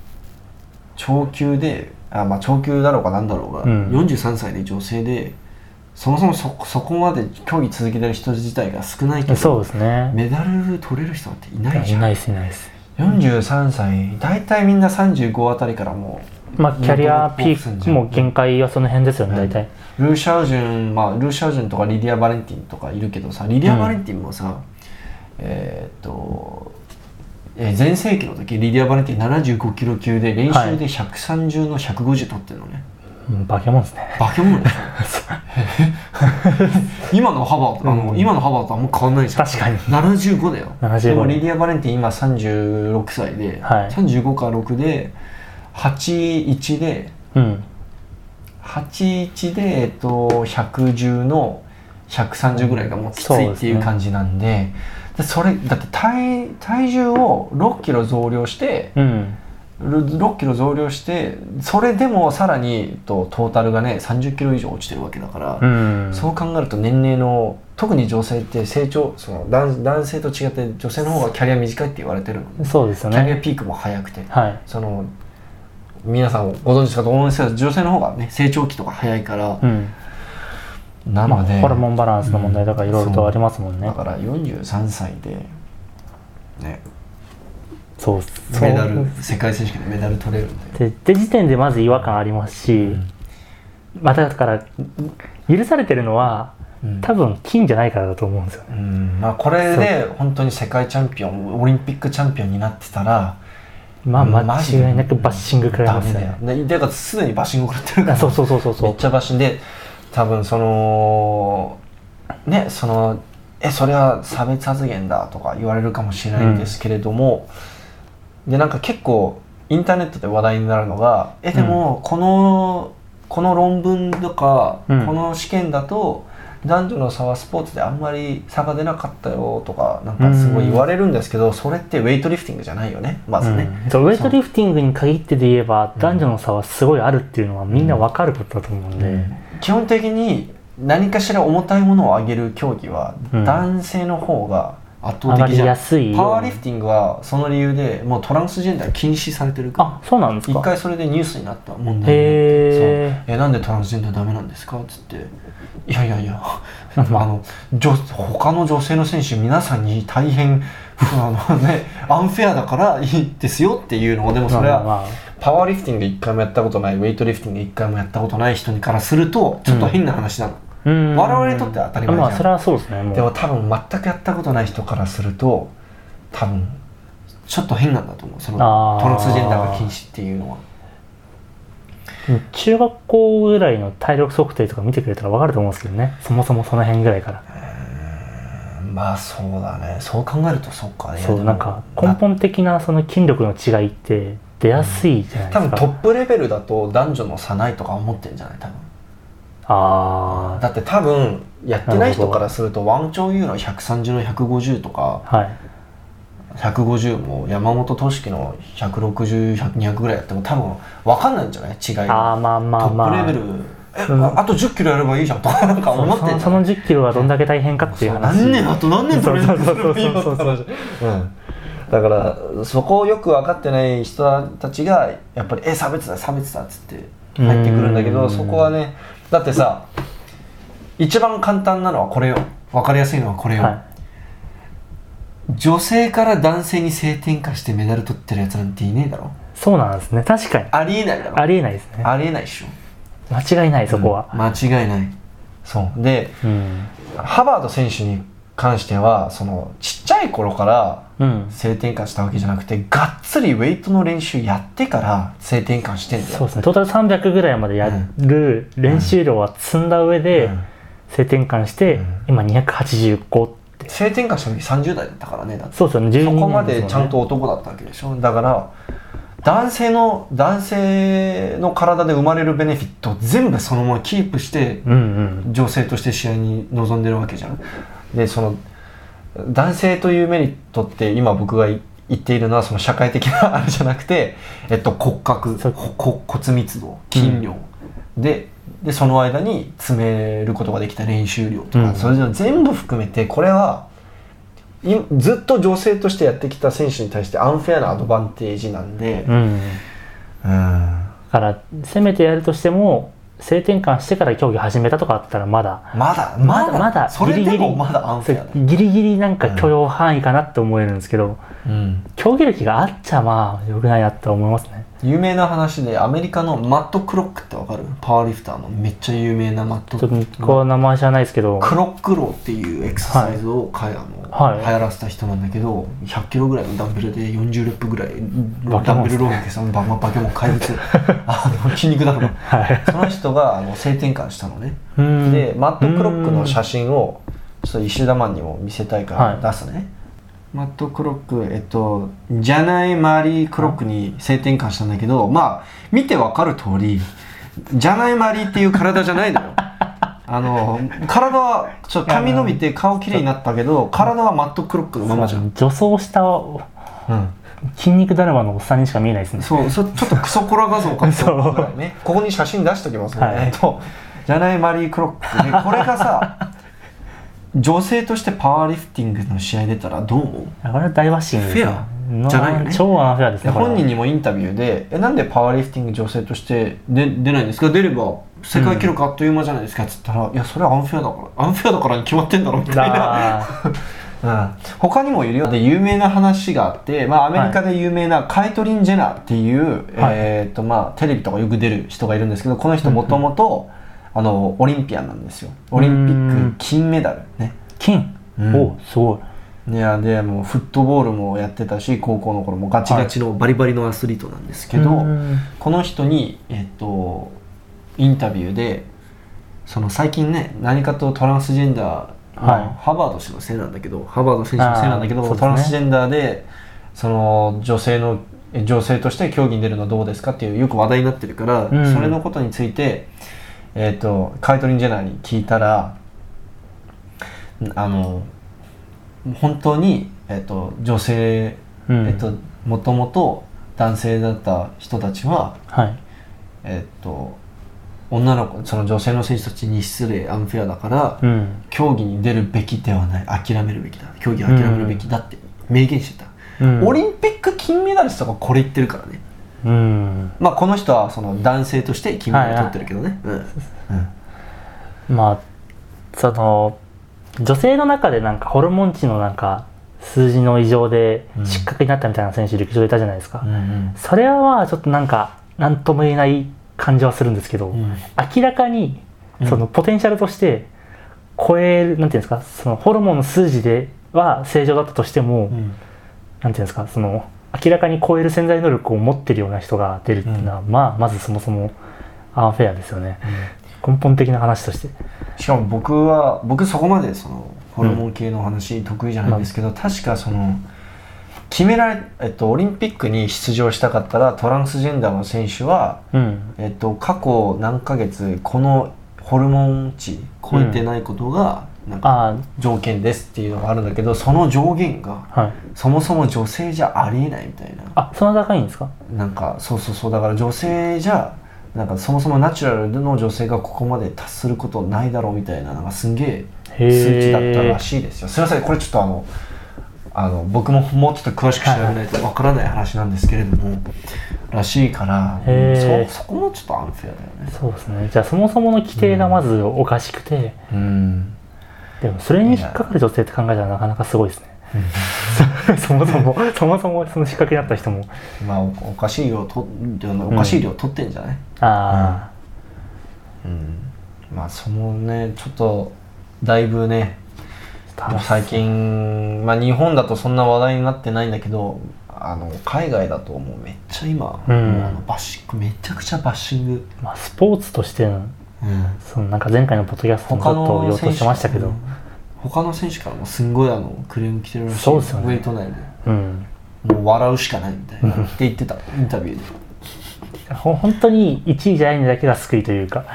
Speaker 1: 長級であまあ長級だろうがなんだろうが、
Speaker 2: うん
Speaker 1: 43歳で女性でそもそもそそこまで競技続けてる人自体が少ないけど
Speaker 2: そうですね
Speaker 1: メダル取れる人っていない
Speaker 2: い
Speaker 1: じゃん
Speaker 2: ないですいないです
Speaker 1: 43歳大体みんな35あたりからもう
Speaker 2: まあキャリアピ
Speaker 1: そう
Speaker 2: ークも限界はその辺ですよね大体
Speaker 1: ルーシャージュン、まあ、ルーシャージュンとかリディア・バレンティンとかいるけどさリディア・バレンティンもさ、えーっと、えー前世紀の時リディア・バレンティン75キロ級で練習で130の150取ってるの ね、
Speaker 2: うん化け物ですね
Speaker 1: 化け物でしょ 今のハバードあの、
Speaker 2: うん
Speaker 1: 今のハバードはもう変わんないじゃん
Speaker 2: 確かに
Speaker 1: 75だよ
Speaker 2: 75
Speaker 1: でもリディア・バレンティン今36歳で、
Speaker 2: はい
Speaker 1: 35か6で81で
Speaker 2: うん
Speaker 1: 81で、えっと、110の130ぐらいがもうきついっていう感じなんでで、それだって体体重を6キロ増量して
Speaker 2: うん
Speaker 1: 6キロ増量してそれでもさらに、えっと、トータルがね30キロ以上落ちてるわけだから、
Speaker 2: うん
Speaker 1: そう考えると年齢の特に女性って成長その男男性と違って女性の方がキャリア短いって言われてるのね
Speaker 2: そうですよ
Speaker 1: キャリア
Speaker 2: ね
Speaker 1: ピークも早くて
Speaker 2: はい
Speaker 1: その皆さんご存知かと思うんですけど女性の方がね成長期とか早いから
Speaker 2: う、ん
Speaker 1: な
Speaker 2: ま
Speaker 1: ので、
Speaker 2: あ、ホルモンバランスの問題だからいろいろとありますもんね
Speaker 1: だから43歳で、ね、
Speaker 2: そうそう
Speaker 1: メダル世界選手権でメダル取れるんで
Speaker 2: でで時点でまず違和感ありますし、まただから許されてるのは
Speaker 1: うん
Speaker 2: 多分金じゃないからだと思うんですよね
Speaker 1: うんまあ、これで本当に世界チャンピオンオリンピックチャンピオンになってたら
Speaker 2: まあ間
Speaker 1: マジで
Speaker 2: 違いなくバッシング食らい
Speaker 1: ダ
Speaker 2: ま
Speaker 1: メ
Speaker 2: すよ
Speaker 1: だよ
Speaker 2: ね
Speaker 1: ねだからすでにバッシング食らってるか
Speaker 2: あ
Speaker 1: ら
Speaker 2: そうそうそうそう
Speaker 1: め
Speaker 2: そ
Speaker 1: っちゃバッシングで多分そのねそのえそれは差別発言だとか言われるかもしれないんですけれども、でなんか結構インターネットで話題になるのがえでもこの、この論文とか、
Speaker 2: うん
Speaker 1: この試験だと男女の差はスポーツであんまり差が出なかったよとかなんかすごい言われるんですけど、それってウェイトリフティングじゃないよねま
Speaker 2: う、う
Speaker 1: ずね。
Speaker 2: ん、そうウェイトリフティングに限ってで言えば男女の差はすごいあるっていうのはみんなわかることだと思うんで、
Speaker 1: 基本的に何かしら重たいものを上げる競技は
Speaker 2: うん
Speaker 1: 男性の方が圧倒
Speaker 2: 上が
Speaker 1: 的
Speaker 2: り
Speaker 1: じゃ
Speaker 2: や
Speaker 1: ん、
Speaker 2: すいように
Speaker 1: パワーリフティングはその理由でもうトランスジェンダー禁止されてるから
Speaker 2: あそうなんです
Speaker 1: 一
Speaker 2: か
Speaker 1: 回それでニュースになった問題で
Speaker 2: へ
Speaker 1: えなんでトランスジェンダーダメなんですか?」っつって「いやいやいやあ
Speaker 2: まあ
Speaker 1: の女他の女性の選手皆さんに大変あの、ね、アンフェアだからいいですよ」っていうのをでも
Speaker 2: え
Speaker 1: それは
Speaker 2: まあまあ
Speaker 1: パワーリフティング一回もやったことないウェイトリフティング一回もやったことない人にからするとちょっと変な話なの、
Speaker 2: うん
Speaker 1: 我々にとっては当たり前じゃん
Speaker 2: まあそれはそうですねもう
Speaker 1: でも多分全くやったことない人からすると多分ちょっと変なんだと思うその
Speaker 2: あー
Speaker 1: トランスジェンダーが禁止っていうのは
Speaker 2: 中学校ぐらいの体力測定とか見てくれたらわかると思うんですけどねそもそもその辺ぐらいから
Speaker 1: まあそうだねそう考えるとそうかいやで
Speaker 2: そう
Speaker 1: も
Speaker 2: なんか根本的なその筋力の違いって出やすいじゃない
Speaker 1: 多
Speaker 2: で
Speaker 1: 分
Speaker 2: す
Speaker 1: ト
Speaker 2: か、
Speaker 1: ップレベルだと男女の差ないとか思ってんじゃない多分
Speaker 2: あ
Speaker 1: だって多分やってない人からするとワンチョウユーの130の150とか
Speaker 2: あはい
Speaker 1: 150も山本俊樹の160200ぐらいやっても多分分かんないんじゃない違い
Speaker 2: あ
Speaker 1: が
Speaker 2: あまあまあまあ
Speaker 1: トップレベルえ、
Speaker 2: うん
Speaker 1: ああと1 0キロやればいいじゃんとかなんか
Speaker 2: そ
Speaker 1: 思っ
Speaker 2: の
Speaker 1: てんじゃん
Speaker 2: その10キロがどんだけ大変かっていう
Speaker 1: そう
Speaker 2: 話
Speaker 1: 何年あと何年取れるん
Speaker 2: そうそうそうそうそう
Speaker 1: うんだからそこをよく分かってない人たちがやっぱり「え差別だ差別だ」っつって入ってくるんだけ
Speaker 2: う
Speaker 1: ど
Speaker 2: ん
Speaker 1: そこはねだってさ一番簡単なのはこれよ分かりやすいのはこれよ、
Speaker 2: は
Speaker 1: 女性から男性に性転化してメダル取ってるやつなんていねえだろ
Speaker 2: い、そうなんですね確かに
Speaker 1: ありえないだろ
Speaker 2: ありえないですね
Speaker 1: ありえないでしょ
Speaker 2: 間違いないそこは、
Speaker 1: 間違いないそうで
Speaker 2: うん
Speaker 1: ハバード選手に関してはそのちっちゃい頃から
Speaker 2: うん、
Speaker 1: 性転換したわけじゃなくてがっつりウェイトの練習やってから性転換してんだよ
Speaker 2: そうですねトータル300ぐらいまでやる練習量は積んだ上で、
Speaker 1: うん
Speaker 2: 性転換して、
Speaker 1: うん
Speaker 2: 今285って
Speaker 1: 性転換した時30代だったからねだって
Speaker 2: そうですよね12
Speaker 1: そこま
Speaker 2: 年
Speaker 1: ですちゃ
Speaker 2: もん
Speaker 1: ん
Speaker 2: ね
Speaker 1: と男だったわけでしょだから男性の男性の体で生まれるベネフィットを全部そのままキープして
Speaker 2: うんうん
Speaker 1: 女性として試合に臨んでるわけじゃんでその男性というメリットって今僕がい言っているのはその社会的なあれじゃなくて、えっと、骨格
Speaker 2: そう
Speaker 1: ここ骨密度筋量、ででその間に詰めることができた練習量とか、
Speaker 2: うん
Speaker 1: そういうの全部含めてこれはいずっと女性としてやってきた選手に対してアンフェアなアドバンテージなんで、
Speaker 2: うん
Speaker 1: うん
Speaker 2: だからせめてやるとしても性転換してから競技始めたとかあったらまだ
Speaker 1: まだまだ
Speaker 2: まだ
Speaker 1: それでもまだアンフェアだよ、
Speaker 2: ギリギリなんか許容範囲かなって思えるんですけど、
Speaker 1: うん
Speaker 2: 競技歴があっちゃまあよくないなって思いますね
Speaker 1: 有名な話でアメリカのマット・クロックってわかるパワーリフターのめっちゃ有名なマット
Speaker 2: ちょっとこう名前知らないですけど
Speaker 1: クロックローっていうエクササイズをかいあの、
Speaker 2: はい
Speaker 1: 流行らせた人なんだけど1 0 0キロぐらいのダンベルで40レップぐらい
Speaker 2: 化け物
Speaker 1: ダンベルローンケさんバンバンバケモン怪物 あの筋肉だから
Speaker 2: はい
Speaker 1: その人があの性転換したのね
Speaker 2: うん
Speaker 1: でマット・クロックの写真をちょっと石田マンにも見せたいから出すね、マット・クロックえっとジャナイ・マリー・クロックに性転換したんだけどまあ見てわかる通りジャナイ・マリーっていう体じゃないの よあの体はちょっと髪伸びて顔綺麗になったけど体はマット・クロックのままじゃん、
Speaker 2: 女装した
Speaker 1: うん、
Speaker 2: 筋肉だるまのおっさんにしか見えないですね
Speaker 1: そうそちょっとクソコラ画像かって思うぐらいねここに写真出しておきますね、
Speaker 2: はい
Speaker 1: えっ とジャナイ・マリー・クロックで これがさ女性としてパワーリフティングの試合出たらどう思う
Speaker 2: あこれはダイバーシングですね
Speaker 1: フェアじゃないよね
Speaker 2: 超アンフェアです
Speaker 1: で
Speaker 2: ねこれは
Speaker 1: 本人にもインタビューで「えなんでパワーリフティング女性として出出ないんですか出れば世界記録あっという間じゃないですか」っつったら「いやそれはアンフェアだからアンフェアだからに決まってんだろ」みたいな
Speaker 2: あ
Speaker 1: うん、他にもいるよで有名な話があって、まあ、アメリカで有名なカイトリン・ジェナーっていう、
Speaker 2: はい
Speaker 1: えーとまあ、テレビとかよく出る人がいるんですけどこの人もともとあのオリンピアンなんですよオリンピ
Speaker 2: う
Speaker 1: ッ
Speaker 2: ん
Speaker 1: ク金メダルね
Speaker 2: ー金、
Speaker 1: うん
Speaker 2: おうすご
Speaker 1: い
Speaker 2: い
Speaker 1: やでもうフットボールもやってたし高校の頃もガチガチのバリバリのアスリートなんですけど、
Speaker 2: うん
Speaker 1: この人に、えっとインタビューでその最近ね何かとトランスジェンダー、まあハバード氏のせいなんだけどハバード選手のせいなんだけど、
Speaker 2: あーそうですね
Speaker 1: トランスジェンダーでその女性のえ女性として競技に出るのはどうですかっていうよく話題になってるから、
Speaker 2: うん
Speaker 1: それのことについて、えっとカイトリン・ジェナーに聞いたらあの本当に、えっと女性、
Speaker 2: うん
Speaker 1: えっともともと男性だった人たちは
Speaker 2: はい
Speaker 1: えっと女の子その女性の選手たちに失礼アンフェアだから、
Speaker 2: うん
Speaker 1: 競技に出るべきではない諦めるべきだ競技は諦めるべきだって明言してた、
Speaker 2: うん
Speaker 1: オリンピック金メダリストがこれ言ってるからね
Speaker 2: うん
Speaker 1: まあこの人はその男性として金メダル取ってるけどね、うん
Speaker 2: まあその女性の中でなんかホルモン値のなんか数字の異常で
Speaker 1: うん
Speaker 2: 失格になったみたいな選手陸上でいたじゃないですか、
Speaker 1: うんうん
Speaker 2: それはまあちょっとなんか何とも言えない感じはするんですけど、
Speaker 1: うん
Speaker 2: 明らかに
Speaker 1: うん
Speaker 2: そのポテンシャルとして超える、なんていうんですかそのホルモンの数字では正常だったとしても、
Speaker 1: うん
Speaker 2: なんていうんですかその明らかに超える潜在能力を持ってるような人が出るっていうのは、まあまずそもそもアンフェアですよね、根本的な話として
Speaker 1: しかも僕は僕そこまでそのホルモン系の話得意じゃないんですけど、確かその決められ、えっと、オリンピックに出場したかったらトランスジェンダーの選手は
Speaker 2: うん
Speaker 1: えっと、過去何ヶ月このホルモン値超えてないことがなんか
Speaker 2: あ
Speaker 1: 条件ですっていうのがあるんだけどその上限が
Speaker 2: あはい
Speaker 1: そもそも女性じゃありえないみたいな
Speaker 2: あそんな高いんですか
Speaker 1: なんかそうそうそうだから女性じゃなんかそもそもナチュラルの女性がここまで達することないだろうみたいななんかすんげえ
Speaker 2: へー
Speaker 1: 数値だったらしいですよすいませんこれちょっとあのあの僕ももうちょっと詳しく調べないとわからない話なんですけれども、らしいから、
Speaker 2: へー
Speaker 1: そそこもちょっとアンフェアだよね。
Speaker 2: そうですねじゃあそもそもの規定がまずおかしくて、
Speaker 1: うん
Speaker 2: でもそれに引っかかる女性って考えたらなかなかすごいですねそもそもそもそもその仕掛けになった人も
Speaker 1: まあおおかしい量とおかしい量取ってんじゃない、
Speaker 2: あ
Speaker 1: うんまあそのねちょっとだいぶね
Speaker 2: あ、
Speaker 1: もう最近、まあ、日本だとそんな話題になってないんだけどあの海外だともうめっちゃ今、
Speaker 2: うん
Speaker 1: もうあのバッシングめちゃくちゃバッシング、
Speaker 2: まあ、スポーツとしてのそのなんか前回のポッドキャストもちょっと言おうとしてましたけど
Speaker 1: 他の選手からもすんごいあのクレーム来てるらしい
Speaker 2: そうですよね
Speaker 1: ウェイト内で
Speaker 2: うん
Speaker 1: もう笑うしかないみたいなって言ってたインタビューで
Speaker 2: ほ本当に1位じゃないのだけが救いというか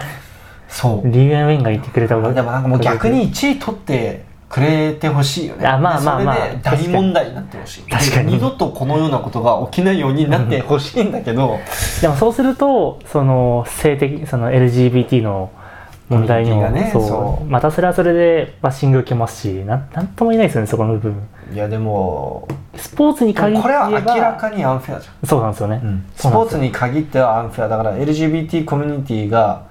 Speaker 1: そう
Speaker 2: リーガン・ウェインが言ってくれたこと
Speaker 1: でもなんかもう逆に1位取ってくれてほしいよね
Speaker 2: あまあ
Speaker 1: で
Speaker 2: まあまあ
Speaker 1: それで大問題になってほしい
Speaker 2: 確かに
Speaker 1: で二度とこのようなことが起きないようになってほしいんだけど
Speaker 2: でもそうするとその性的その LGBT の問題にも、
Speaker 1: LGBT がね
Speaker 2: そう
Speaker 1: そう
Speaker 2: またそれはそれでバッシング受けますしなんなんとも言えないですよねそこの部分
Speaker 1: いやでも
Speaker 2: スポーツに
Speaker 1: こ
Speaker 2: 限
Speaker 1: れ
Speaker 2: って言えば
Speaker 1: は明らかにアンフェアじゃん
Speaker 2: そうなんですよね、
Speaker 1: スポーツに限ってはアンフェアだから LGBT コミュニティが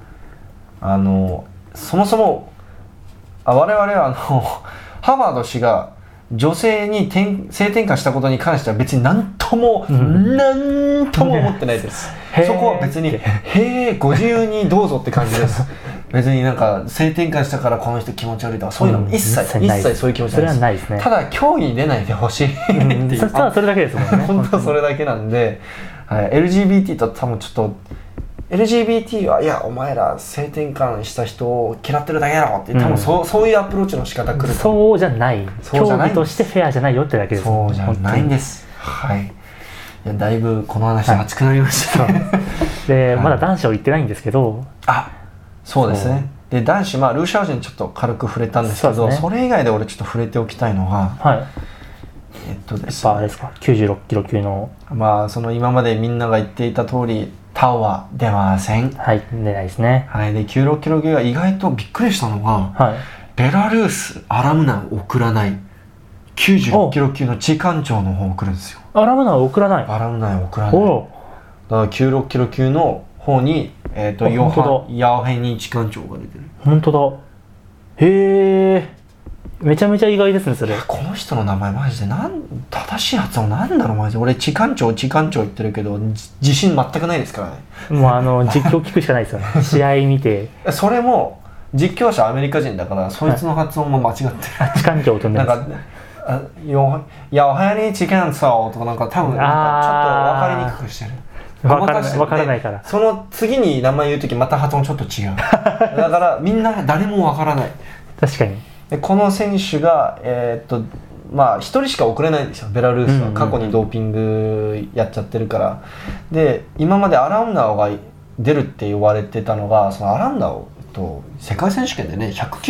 Speaker 1: あのそもそもあ我々はあの ハーバード氏が女性に転性転換したことに関しては別に何とも、
Speaker 2: うん
Speaker 1: 何とも思ってないです
Speaker 2: へー
Speaker 1: そこは別に「
Speaker 2: って
Speaker 1: へえご自由にどうぞ」って感じです 別になんか性転換したからこの人気持ち悪いとかそういうのも一切、一
Speaker 2: ない
Speaker 1: 切そういう気持ち
Speaker 2: それは
Speaker 1: ない
Speaker 2: ないです
Speaker 1: で
Speaker 2: ね
Speaker 1: すただ興味に出ないでほしいって
Speaker 2: う
Speaker 1: い
Speaker 2: ん
Speaker 1: う
Speaker 2: そしたらそれだけですもんね
Speaker 1: 本当はそれだけなんで、はい、LGBT と多分ちょっと LGBT はいやお前ら性転換した人を嫌ってるだけだろって、多
Speaker 2: うん
Speaker 1: 分そうそういうアプローチの仕方来ると思う
Speaker 2: そうじゃない
Speaker 1: そう
Speaker 2: 競
Speaker 1: じゃない
Speaker 2: 技としてフェアじゃないよってだけですもん
Speaker 1: そうじゃないんですはいいやだいぶこの話熱くなりました、
Speaker 2: はい本当にで、
Speaker 1: はい
Speaker 2: まだ男子は言ってないんですけど
Speaker 1: あそうですねで男子まあルーシャージンちょっと軽く触れたんですけど
Speaker 2: そう
Speaker 1: そ
Speaker 2: ですね
Speaker 1: れ以外で俺ちょっと触れておきたいのが
Speaker 2: はいやっ
Speaker 1: えっとです
Speaker 2: ぱあれですか96キロ級の
Speaker 1: まあその今までみんなが言っていた通りタオは出ません
Speaker 2: はい出ないですね
Speaker 1: はい、で96キロ級は意外とびっくりしたのが
Speaker 2: はい
Speaker 1: ベラルースアラムナを送らない96キロ級の地官長の方を送るんですよ
Speaker 2: アラムナは送らない
Speaker 1: アラムナを送らない
Speaker 2: お
Speaker 1: だ
Speaker 2: お
Speaker 1: から96キロ級の方に、えー、と
Speaker 2: あ
Speaker 1: ヨハ
Speaker 2: 本当
Speaker 1: ンヤオヘニ地官長が出てる
Speaker 2: 本当だへえめちゃめちゃ意外ですねそれ
Speaker 1: この人の名前マジでなん正しい発音なんだろうマジで俺地官長地官長言ってるけどじ自信全くないですからね
Speaker 2: もう あの実況聞くしかないですよね試合見て
Speaker 1: それも実況者アメリカ人だからそいつの発音も間違ってる、
Speaker 2: 地環境を飛んで
Speaker 1: なん
Speaker 2: ます
Speaker 1: か、あよいや、おはように時間さとか、なんか、多分なんかちょっと分かりにくくしてる。
Speaker 2: わ
Speaker 1: ごま
Speaker 2: から
Speaker 1: し
Speaker 2: な
Speaker 1: て
Speaker 2: い
Speaker 1: る
Speaker 2: わからないか
Speaker 1: で
Speaker 2: ら
Speaker 1: その次に名前言うとき、また発音ちょっと 違う。だから、みんな、誰も分からない。
Speaker 2: 確かに
Speaker 1: でこの選手が、えーっと、まあ、一人しか送れないんですよ、ベラルース
Speaker 2: うんう
Speaker 1: は。
Speaker 2: ん
Speaker 1: 過去にドーピングやっちゃってるから。で、今までアラウンダーが出るって言われてたのが、そのアラウンダーをと世界選手権でね、198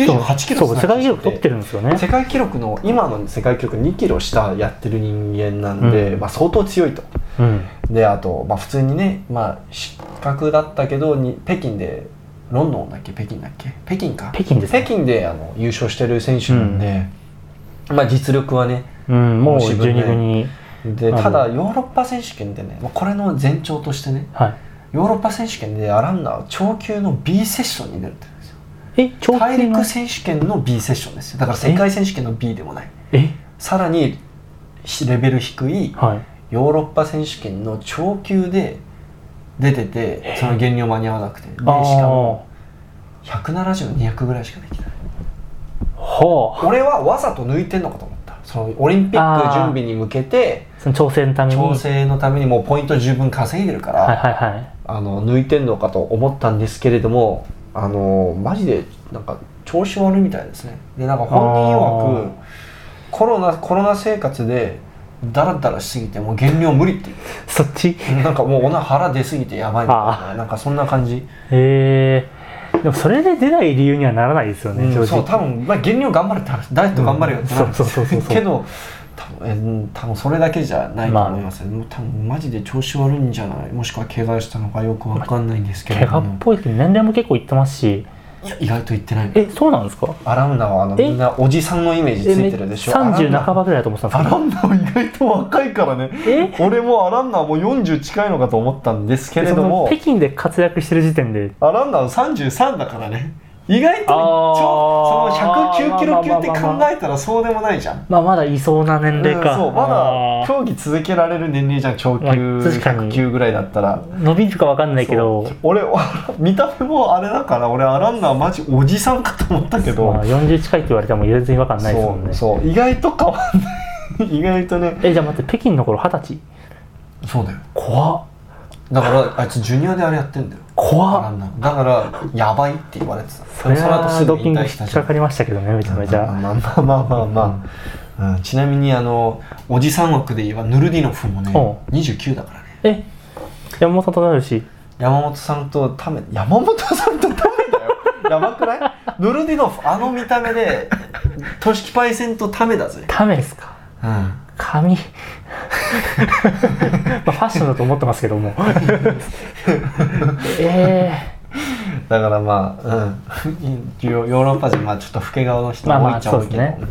Speaker 1: キロ
Speaker 2: そう
Speaker 1: スナッチして
Speaker 2: 世界記録取ってるんですよね
Speaker 1: 世界記録の今の世界記録2キロ下やってる人間なんで、
Speaker 2: うん
Speaker 1: まあ、相当強いと
Speaker 2: うん
Speaker 1: であと、まあ、普通にね、まあ、失格だったけどに北京でロンドンだっけ北京だっけ北京か
Speaker 2: 北京です
Speaker 1: 北京であの優勝してる選手なんで、まあ、実力はね
Speaker 2: うん
Speaker 1: もう
Speaker 2: もう
Speaker 1: 自分で
Speaker 2: 12分に
Speaker 1: で
Speaker 2: あの
Speaker 1: ただヨーロッパ選手権でね、まあ、これの前兆としてね
Speaker 2: は
Speaker 1: ヨーロッパ選手権でアランダーは超級の B セッションに出るって言うんですよ
Speaker 2: いえ長
Speaker 1: 大
Speaker 2: 距離の
Speaker 1: 陸選手権の B セッションですよだから世界選手権の B でもない
Speaker 2: え
Speaker 1: さらにレベル低い
Speaker 2: はい
Speaker 1: ヨーロッパ選手権の超級で出ててその減量間に合わなくてでしか
Speaker 2: あ
Speaker 1: も170200ぐらいしかできない
Speaker 2: あほう
Speaker 1: 俺はわざと抜いてんのかと思ったそのオリンピッ
Speaker 2: あ
Speaker 1: ク
Speaker 2: ー
Speaker 1: 準備に向けて
Speaker 2: その調整のために
Speaker 1: 調整のためにもうポイント十分稼いでるから、
Speaker 2: はいはいはい
Speaker 1: あの抜いてんのかと思ったんですけれどもあのマジでなんか調子悪いみたいですねでなんか本人曰くコロナコロナ生活でダラダラしすぎてもう減量無理って言っ
Speaker 2: そっち
Speaker 1: てなんかもうお腹腹出すぎてやばいみたいななんかそんな感じ、
Speaker 2: へえでもそれで出ない理由にはならないですよね、
Speaker 1: う
Speaker 2: 正
Speaker 1: ん、そ
Speaker 2: 直
Speaker 1: う多分、まあ、減量頑張れって話ダイエット頑張れよってなるんです
Speaker 2: うんそうそうそうそう
Speaker 1: けど多分えうん多分それだけじゃないと思いますね、もう多分マジで調子悪いんじゃないもしくは怪我したのかよくわかんないんですけれ
Speaker 2: 怪
Speaker 1: ど
Speaker 2: 我
Speaker 1: も
Speaker 2: っぽいけど年齢も結構いってますし
Speaker 1: いや意外と言ってない
Speaker 2: えそうなんですか
Speaker 1: アラウンダーはあの
Speaker 2: え
Speaker 1: みんなおじさんのイメージついてるでしょ
Speaker 2: 30半ば
Speaker 1: ば
Speaker 2: ぐらいだと思ってた
Speaker 1: ア
Speaker 2: んです
Speaker 1: ランダーは意外と若いからね
Speaker 2: け
Speaker 1: 俺もアランダーも40近いのかと思ったんですけ
Speaker 2: え
Speaker 1: れ
Speaker 2: そ
Speaker 1: ど
Speaker 2: の
Speaker 1: も
Speaker 2: 北京で活躍してる時点で
Speaker 1: アランダーの33だからね意外とちょ
Speaker 2: あー
Speaker 1: その109キロ級って考
Speaker 2: まあまあまあま
Speaker 1: えたらそうでもないじゃん
Speaker 2: まあまだいそうな年齢
Speaker 1: う
Speaker 2: か、
Speaker 1: んそうま
Speaker 2: あ
Speaker 1: だ
Speaker 2: ー
Speaker 1: 競技続けられる年齢じゃん長級
Speaker 2: まあ確かに
Speaker 1: 100級ぐらいだったら
Speaker 2: 伸びるかわかんないけど
Speaker 1: そう俺は 見た目もあれだから俺アランナーマジおじさんかと思ったけど、
Speaker 2: まあ、40近いって言われても全然違和感ないですもんね
Speaker 1: そうそう意外と変わんない 意外とね
Speaker 2: えじゃあ待って北京の頃二十歳
Speaker 1: そうだよ
Speaker 2: 怖っ
Speaker 1: だからあいつジュニアであれやってんだよアラ
Speaker 2: 怖っ
Speaker 1: ンナーだからやばいって言われてた
Speaker 2: それはドッキング
Speaker 1: 退
Speaker 2: 引っかかりましたけどねめちゃめちゃ
Speaker 1: まあまあまあまあまあ、うんちなみにあのおじさん枠で言えばヌルディノフもね
Speaker 2: おう
Speaker 1: 29だからね
Speaker 2: え山本となるし
Speaker 1: 山本さんとため山本さんとためだよ やばくないヌルディノフあの見た目で都市パイセンとためだぜ
Speaker 2: タメですか
Speaker 1: うん
Speaker 2: 髪 まあファッションだと思ってますけど もえ
Speaker 1: だからまあ、うん、 ヨヨーロッパ人まあちょっと老け顔の人
Speaker 2: まあまあ
Speaker 1: 多いっちゃ多いけど、
Speaker 2: そうですね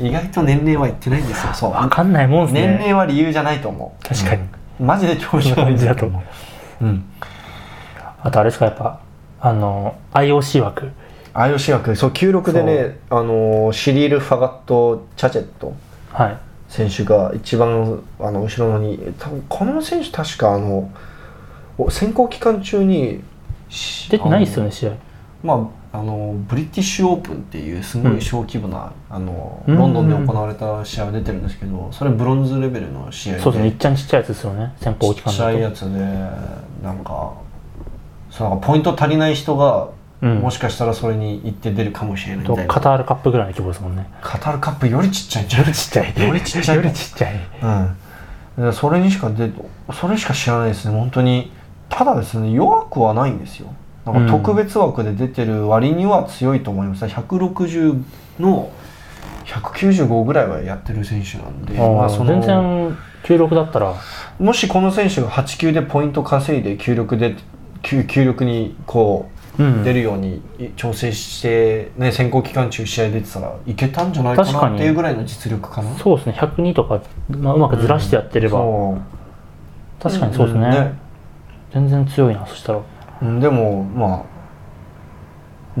Speaker 1: うん意外と年齢はいってないんですよそ
Speaker 2: ー、わ
Speaker 1: う
Speaker 2: かんないもんですね
Speaker 1: 年齢は理由じゃないと思う
Speaker 2: 確かに、
Speaker 1: うんマジで調
Speaker 2: こん
Speaker 1: 子
Speaker 2: な
Speaker 1: 悪い
Speaker 2: 感じだと思う
Speaker 1: うん
Speaker 2: あとあれですかやっぱあの IOC 枠
Speaker 1: IOC 枠そう96でねあのーシリール・ファガット・チャチェット
Speaker 2: はい
Speaker 1: 選手が一番あの後ろのに多分この選手確かあのお選考期間中にし
Speaker 2: 出てないですよ
Speaker 1: あの
Speaker 2: ね試合
Speaker 1: まあ、あのブリティッシュオープンっていうすご
Speaker 2: うん
Speaker 1: い小規模な、あの
Speaker 2: うん
Speaker 1: ロンドンで行われた試合が出てるんですけどそれブロンズレベルの試合で
Speaker 2: そうですねいっちゃんちっちゃいやつですよね先方
Speaker 1: ち
Speaker 2: 期間
Speaker 1: っちゃいや
Speaker 2: だと
Speaker 1: つでなんかそうなんかポイント足りない人が、
Speaker 2: うん
Speaker 1: もしかしたらそれに行って出るかもしれないみ
Speaker 2: と
Speaker 1: たいな
Speaker 2: カタールカップぐらいの規模ですもんね
Speaker 1: カタールカップよりちっちゃいんじゃんよりちっ
Speaker 2: ちっちゃい
Speaker 1: よりちっちゃい
Speaker 2: よりちっちゃい
Speaker 1: うん、でそれにしか出それしか知らないですね本当にただですね弱くはないんですよなんか特別枠で出てる割には強いと思います、160の195ぐらいはやってる選手なんで、ま
Speaker 2: あ
Speaker 1: あ、
Speaker 2: ー
Speaker 1: その
Speaker 2: 全然96だったら
Speaker 1: もしこの選手が8級でポイント稼いで球力で球球力にこう、
Speaker 2: うん
Speaker 1: 出るようにい調整して、ね、選考期間中試合出てたらいけたんじゃないか
Speaker 2: 確か
Speaker 1: な
Speaker 2: に
Speaker 1: っていうぐらいの実力かな。
Speaker 2: そうですね102とか、まあ、うまくずらしてやってれば、
Speaker 1: そう
Speaker 2: 確かにそうですね,、
Speaker 1: んね
Speaker 2: 全然強いなそしたら
Speaker 1: うんでもま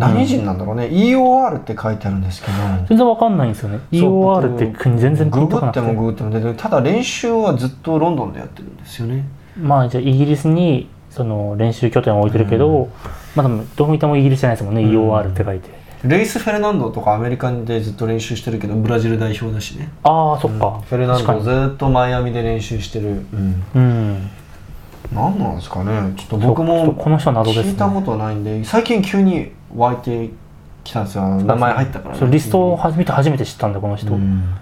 Speaker 1: あ何人なんだろうね、EOR って書いてあるんですけど
Speaker 2: 全然わかんないんですよね
Speaker 1: そう
Speaker 2: EOR って国全然ピ
Speaker 1: グ
Speaker 2: ン
Speaker 1: グ
Speaker 2: とこ
Speaker 1: っ
Speaker 2: な
Speaker 1: て
Speaker 2: く
Speaker 1: も
Speaker 2: て
Speaker 1: ググっても出てるただ練習はずっとロンドンでやってるんですよね
Speaker 2: まあじゃあイギリスにその練習拠点を置いてるけど、
Speaker 1: うん
Speaker 2: まあでもどう見てもイギリスじゃないですもんね、
Speaker 1: うん
Speaker 2: EOR って書いて
Speaker 1: レイス・フェルナンドとかアメリカでずっと練習してるけどブラジル代表だしね
Speaker 2: ああそっか、
Speaker 1: フェルナン
Speaker 2: 確か
Speaker 1: ド
Speaker 2: に
Speaker 1: ずっとマイアミで練習してる、うん、
Speaker 2: うん
Speaker 1: 何なんですかねちょっと
Speaker 2: そう
Speaker 1: 僕
Speaker 2: ちょっ
Speaker 1: も
Speaker 2: とこの人は謎ですね
Speaker 1: 聞いたことないんで最近急に湧いてきたんですよあの名前入ったからね、
Speaker 2: そうリストを初めて初めて知ったんでこの人、
Speaker 1: うん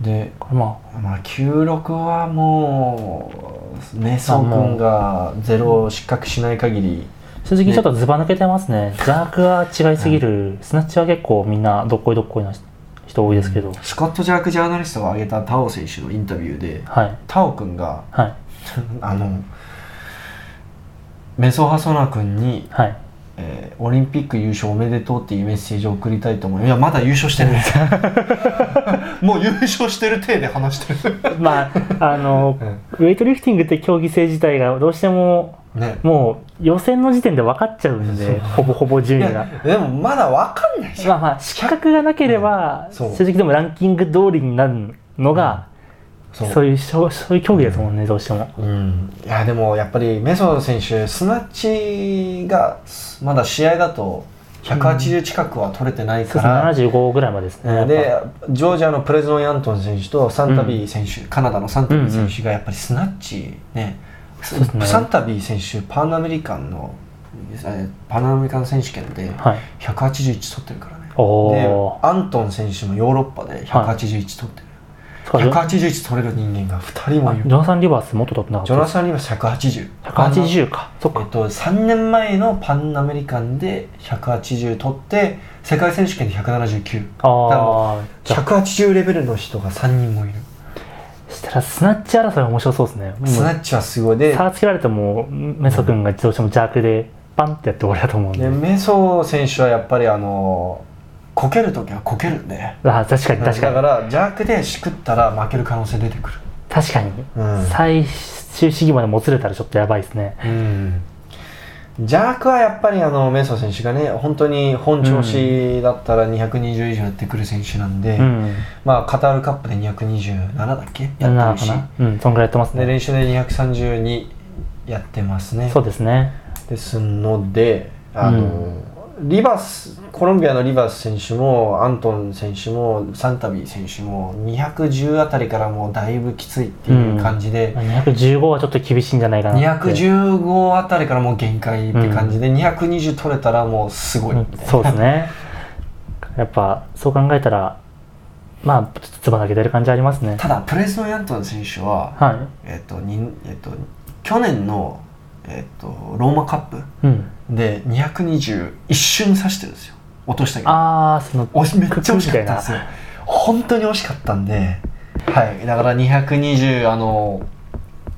Speaker 1: で
Speaker 2: ま
Speaker 1: まあ、96はもう、ね、そう君がゼロを失格しない限り、
Speaker 2: あ鈴木ちょっとずば抜けてますね邪悪が違いすぎる、スナッチは結構みんなどっこいどっこいな人多いですけど、
Speaker 1: スコット・ジャーク・ジャーナリストが挙げたタオ選手のインタビューで、
Speaker 2: はい
Speaker 1: タオ君が、
Speaker 2: はい
Speaker 1: あの、メソハソナ君に、
Speaker 2: はい
Speaker 1: えーオリンピック優勝おめでとうっていうメッセージを送りたいと思います。いや、まだ優勝してない。 もう優勝してる体で話してる。
Speaker 2: まああの、ウェイトリフティングって競技性自体がどうしても
Speaker 1: ね。
Speaker 2: もう予選の時点で分かっちゃうん
Speaker 1: そう
Speaker 2: でほぼほぼ順
Speaker 1: い
Speaker 2: 位が
Speaker 1: や、でもまだわかんないじゃん。
Speaker 2: まあまあ資格がなければ
Speaker 1: んそう
Speaker 2: 正直でもランキング通りになるのが、
Speaker 1: そ
Speaker 2: そういうそうそういう競技ですもんねどうしても
Speaker 1: うん、いやでもやっぱりメソ選手スナッチがまだ試合だと180近くは取れてない
Speaker 2: そうで
Speaker 1: か
Speaker 2: すね
Speaker 1: ら、
Speaker 2: 75ぐらいまでですねや
Speaker 1: う
Speaker 2: っ
Speaker 1: ん
Speaker 2: ぱ
Speaker 1: でジョージアのプレズノン・ヤントン選手とサンタビー選手、カナダのサンタビー選手がやっぱりスナッチね、
Speaker 2: うですね
Speaker 1: サンタビー選手パンアメリカンのえパンアメリカン選手権で
Speaker 2: はい
Speaker 1: 181取ってるからね、
Speaker 2: おお
Speaker 1: でアントン選手もヨーロッパで181取ってる、
Speaker 2: そうか
Speaker 1: 181取れる人間が2人もい
Speaker 2: ジョ
Speaker 1: る
Speaker 2: ジョナサン・リバースもっと取ってなかっ
Speaker 1: ジョ
Speaker 2: た
Speaker 1: ナ
Speaker 2: です
Speaker 1: サン・リバース180
Speaker 2: 180かそっ
Speaker 1: えっ
Speaker 2: か
Speaker 1: と、3年前のパンアメリカンで180取って世界選手権で179180
Speaker 2: ああじゃあ
Speaker 1: レベルの人が3人もいる
Speaker 2: そしたらスナッチ争い面白そうですねもう
Speaker 1: スナッチはすごいで
Speaker 2: 差つけられてもメソ君がどうしても邪悪でパンってやって終わりだと思うんで、
Speaker 1: ね、メソ選手はやっぱりあのこけるときはこけるね
Speaker 2: あ確かに確
Speaker 1: だか
Speaker 2: から
Speaker 1: 邪悪でしくったら負ける可能性出てくる
Speaker 2: に確かに、
Speaker 1: うん
Speaker 2: 最終試技までもつれたらちょっとやばいですね
Speaker 1: うん邪悪はやっぱりあのメソ選手がね本当に本調子だったら220以上やってくる選手なんで、
Speaker 2: うん
Speaker 1: まあカタールカップで227だっけ
Speaker 2: な
Speaker 1: や
Speaker 2: の
Speaker 1: ってる
Speaker 2: か
Speaker 1: し
Speaker 2: なうんそんぐらいやってます
Speaker 1: で
Speaker 2: ね
Speaker 1: 練習で232やってますね
Speaker 2: そうですね
Speaker 1: ですのであの、リバスコロンビアのリバス選手もアントン選手もサンタビー選手も210あたりからもうだいぶきついっていう感じで、
Speaker 2: 215はちょっと厳しいんじゃないかなって
Speaker 1: 215あたりからもう限界って感じで、220取れたらもうすごいみたいな、
Speaker 2: うんそうですねやっぱそう考えたらまあつば投げてる感じありますね
Speaker 1: ただプレスのヤントン選手は、
Speaker 2: は
Speaker 1: えっとにえっと去年の、えっとローマカップ
Speaker 2: い、うん、
Speaker 1: で220一瞬刺してるんですよ落としたけど
Speaker 2: ああその
Speaker 1: おしめっちゃ惜しかったんですよ本当に惜しかったんではいだから220あの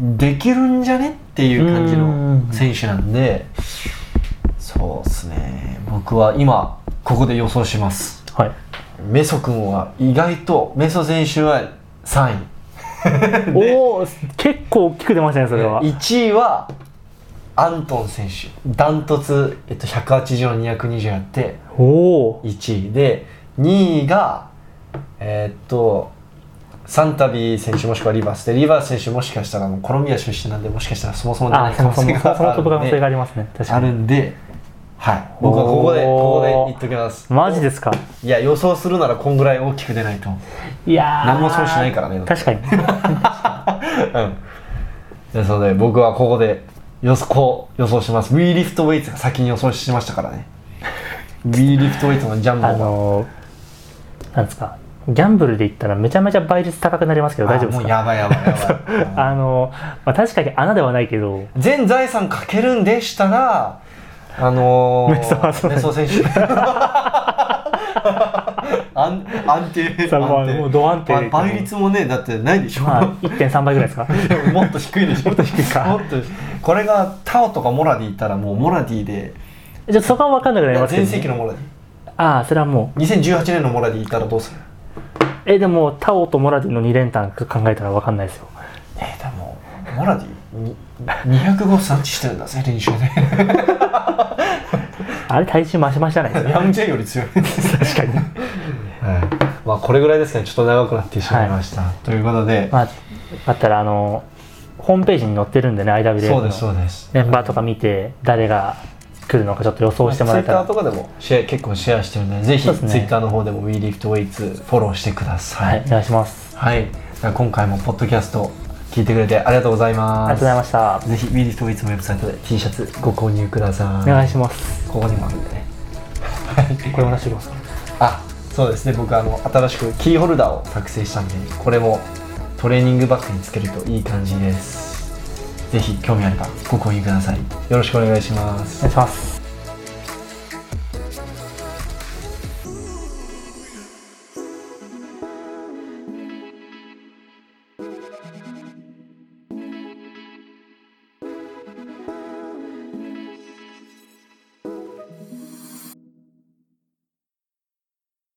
Speaker 1: できるんじゃねっていう感じの選手なんでそうですね僕は今ここで予想します
Speaker 2: はい
Speaker 1: メソ君は意外とメソ選手は3位
Speaker 2: おお結構大きく出ましたねそれは
Speaker 1: 1位はアントン選手ダントツ、えっと、180の220やって
Speaker 2: おお
Speaker 1: 1位で2位がえーっとサンタビー選手もしくはリバースでリバース選手もしかしたらあのコロンビア出身なんでもしかしたらそもそも出
Speaker 2: あ
Speaker 1: な
Speaker 2: あ
Speaker 1: い
Speaker 2: そ
Speaker 1: 可
Speaker 2: も
Speaker 1: 能
Speaker 2: そ
Speaker 1: 性
Speaker 2: もそもそも飛ぶ可
Speaker 1: が
Speaker 2: 能性がありますね確
Speaker 1: あ
Speaker 2: か
Speaker 1: る
Speaker 2: に
Speaker 1: んではい僕はここでここで言っときます
Speaker 2: マジですか
Speaker 1: いや予想するならこんぐらい大きく出ないと
Speaker 2: いやー
Speaker 1: 何も損しないからね
Speaker 2: 確 かに
Speaker 1: うんですので僕はここで予想こう予想しますウィーリフトウェイツが先に予想しましたからねウィーリフトウェイツのジャンボ
Speaker 2: あ
Speaker 1: は
Speaker 2: のーなんですかギャンブルで言ったらめちゃめちゃ倍率高くなりますけど大丈夫で
Speaker 1: あも
Speaker 2: す
Speaker 1: う
Speaker 2: か
Speaker 1: やばいやばいやばい
Speaker 2: あのー、まあ、確かに穴ではない けど
Speaker 1: 全財産かけるんでしたら、あのー、
Speaker 2: メソはそう
Speaker 1: メソ選 手。安安定
Speaker 2: さあまあもうど安定
Speaker 1: ば倍率もねだってないでしょ、
Speaker 2: まあ1.3倍ぐらいですか
Speaker 1: もっと低いでしょもっと
Speaker 2: 低いか
Speaker 1: これがタオとかモラディいたらもうモラディで
Speaker 2: じゃあそこは分かんなくなりますけど、
Speaker 1: 全盛
Speaker 2: ね、
Speaker 1: 期のモラデ
Speaker 2: ああそれはもう
Speaker 1: ィ2018年のモラディいたらどうする
Speaker 2: えでもタオとモラディの2連単考えたら分かんないですよ
Speaker 1: えー、でもモラディに205産地してるんだぜ練習で
Speaker 2: あれ体重マシマシじゃないですか
Speaker 1: ヤンジェイより強い
Speaker 2: 確かに
Speaker 1: はい、まあこれぐらいですかねちょっと長くなってしまいました、ということで、
Speaker 2: まああったらあのホームページに載ってるんでね IWF
Speaker 1: そうです
Speaker 2: の
Speaker 1: そうです
Speaker 2: メンバーとか見て誰が来るのかちょっと予想しても
Speaker 1: ツ
Speaker 2: ら
Speaker 1: イ
Speaker 2: え
Speaker 1: ッ
Speaker 2: た
Speaker 1: ター
Speaker 2: ら
Speaker 1: とかでもシェア結構シェアしてるのでぜひツ
Speaker 2: そ
Speaker 1: イ
Speaker 2: うですね
Speaker 1: ッターの方でも WeLiftWeights フォローしてくださ
Speaker 2: はいいお願いします
Speaker 1: はい、では今回もポッドキャスト聞いてくれてありがとうござい
Speaker 2: あ
Speaker 1: ま
Speaker 2: り
Speaker 1: す
Speaker 2: がとうございました
Speaker 1: ぜひ WeLiftWeights のウェブサイトで T シャツご購入ください
Speaker 2: お願いします
Speaker 1: ここにもあるんでね
Speaker 2: これも出してきますか
Speaker 1: あそうですね僕あの新しくキーホルダーを作成したんでこれもトレーニングバッグにつけるといい感じですぜひ興味あればご購入くださいよろしくお願いします
Speaker 2: お願いします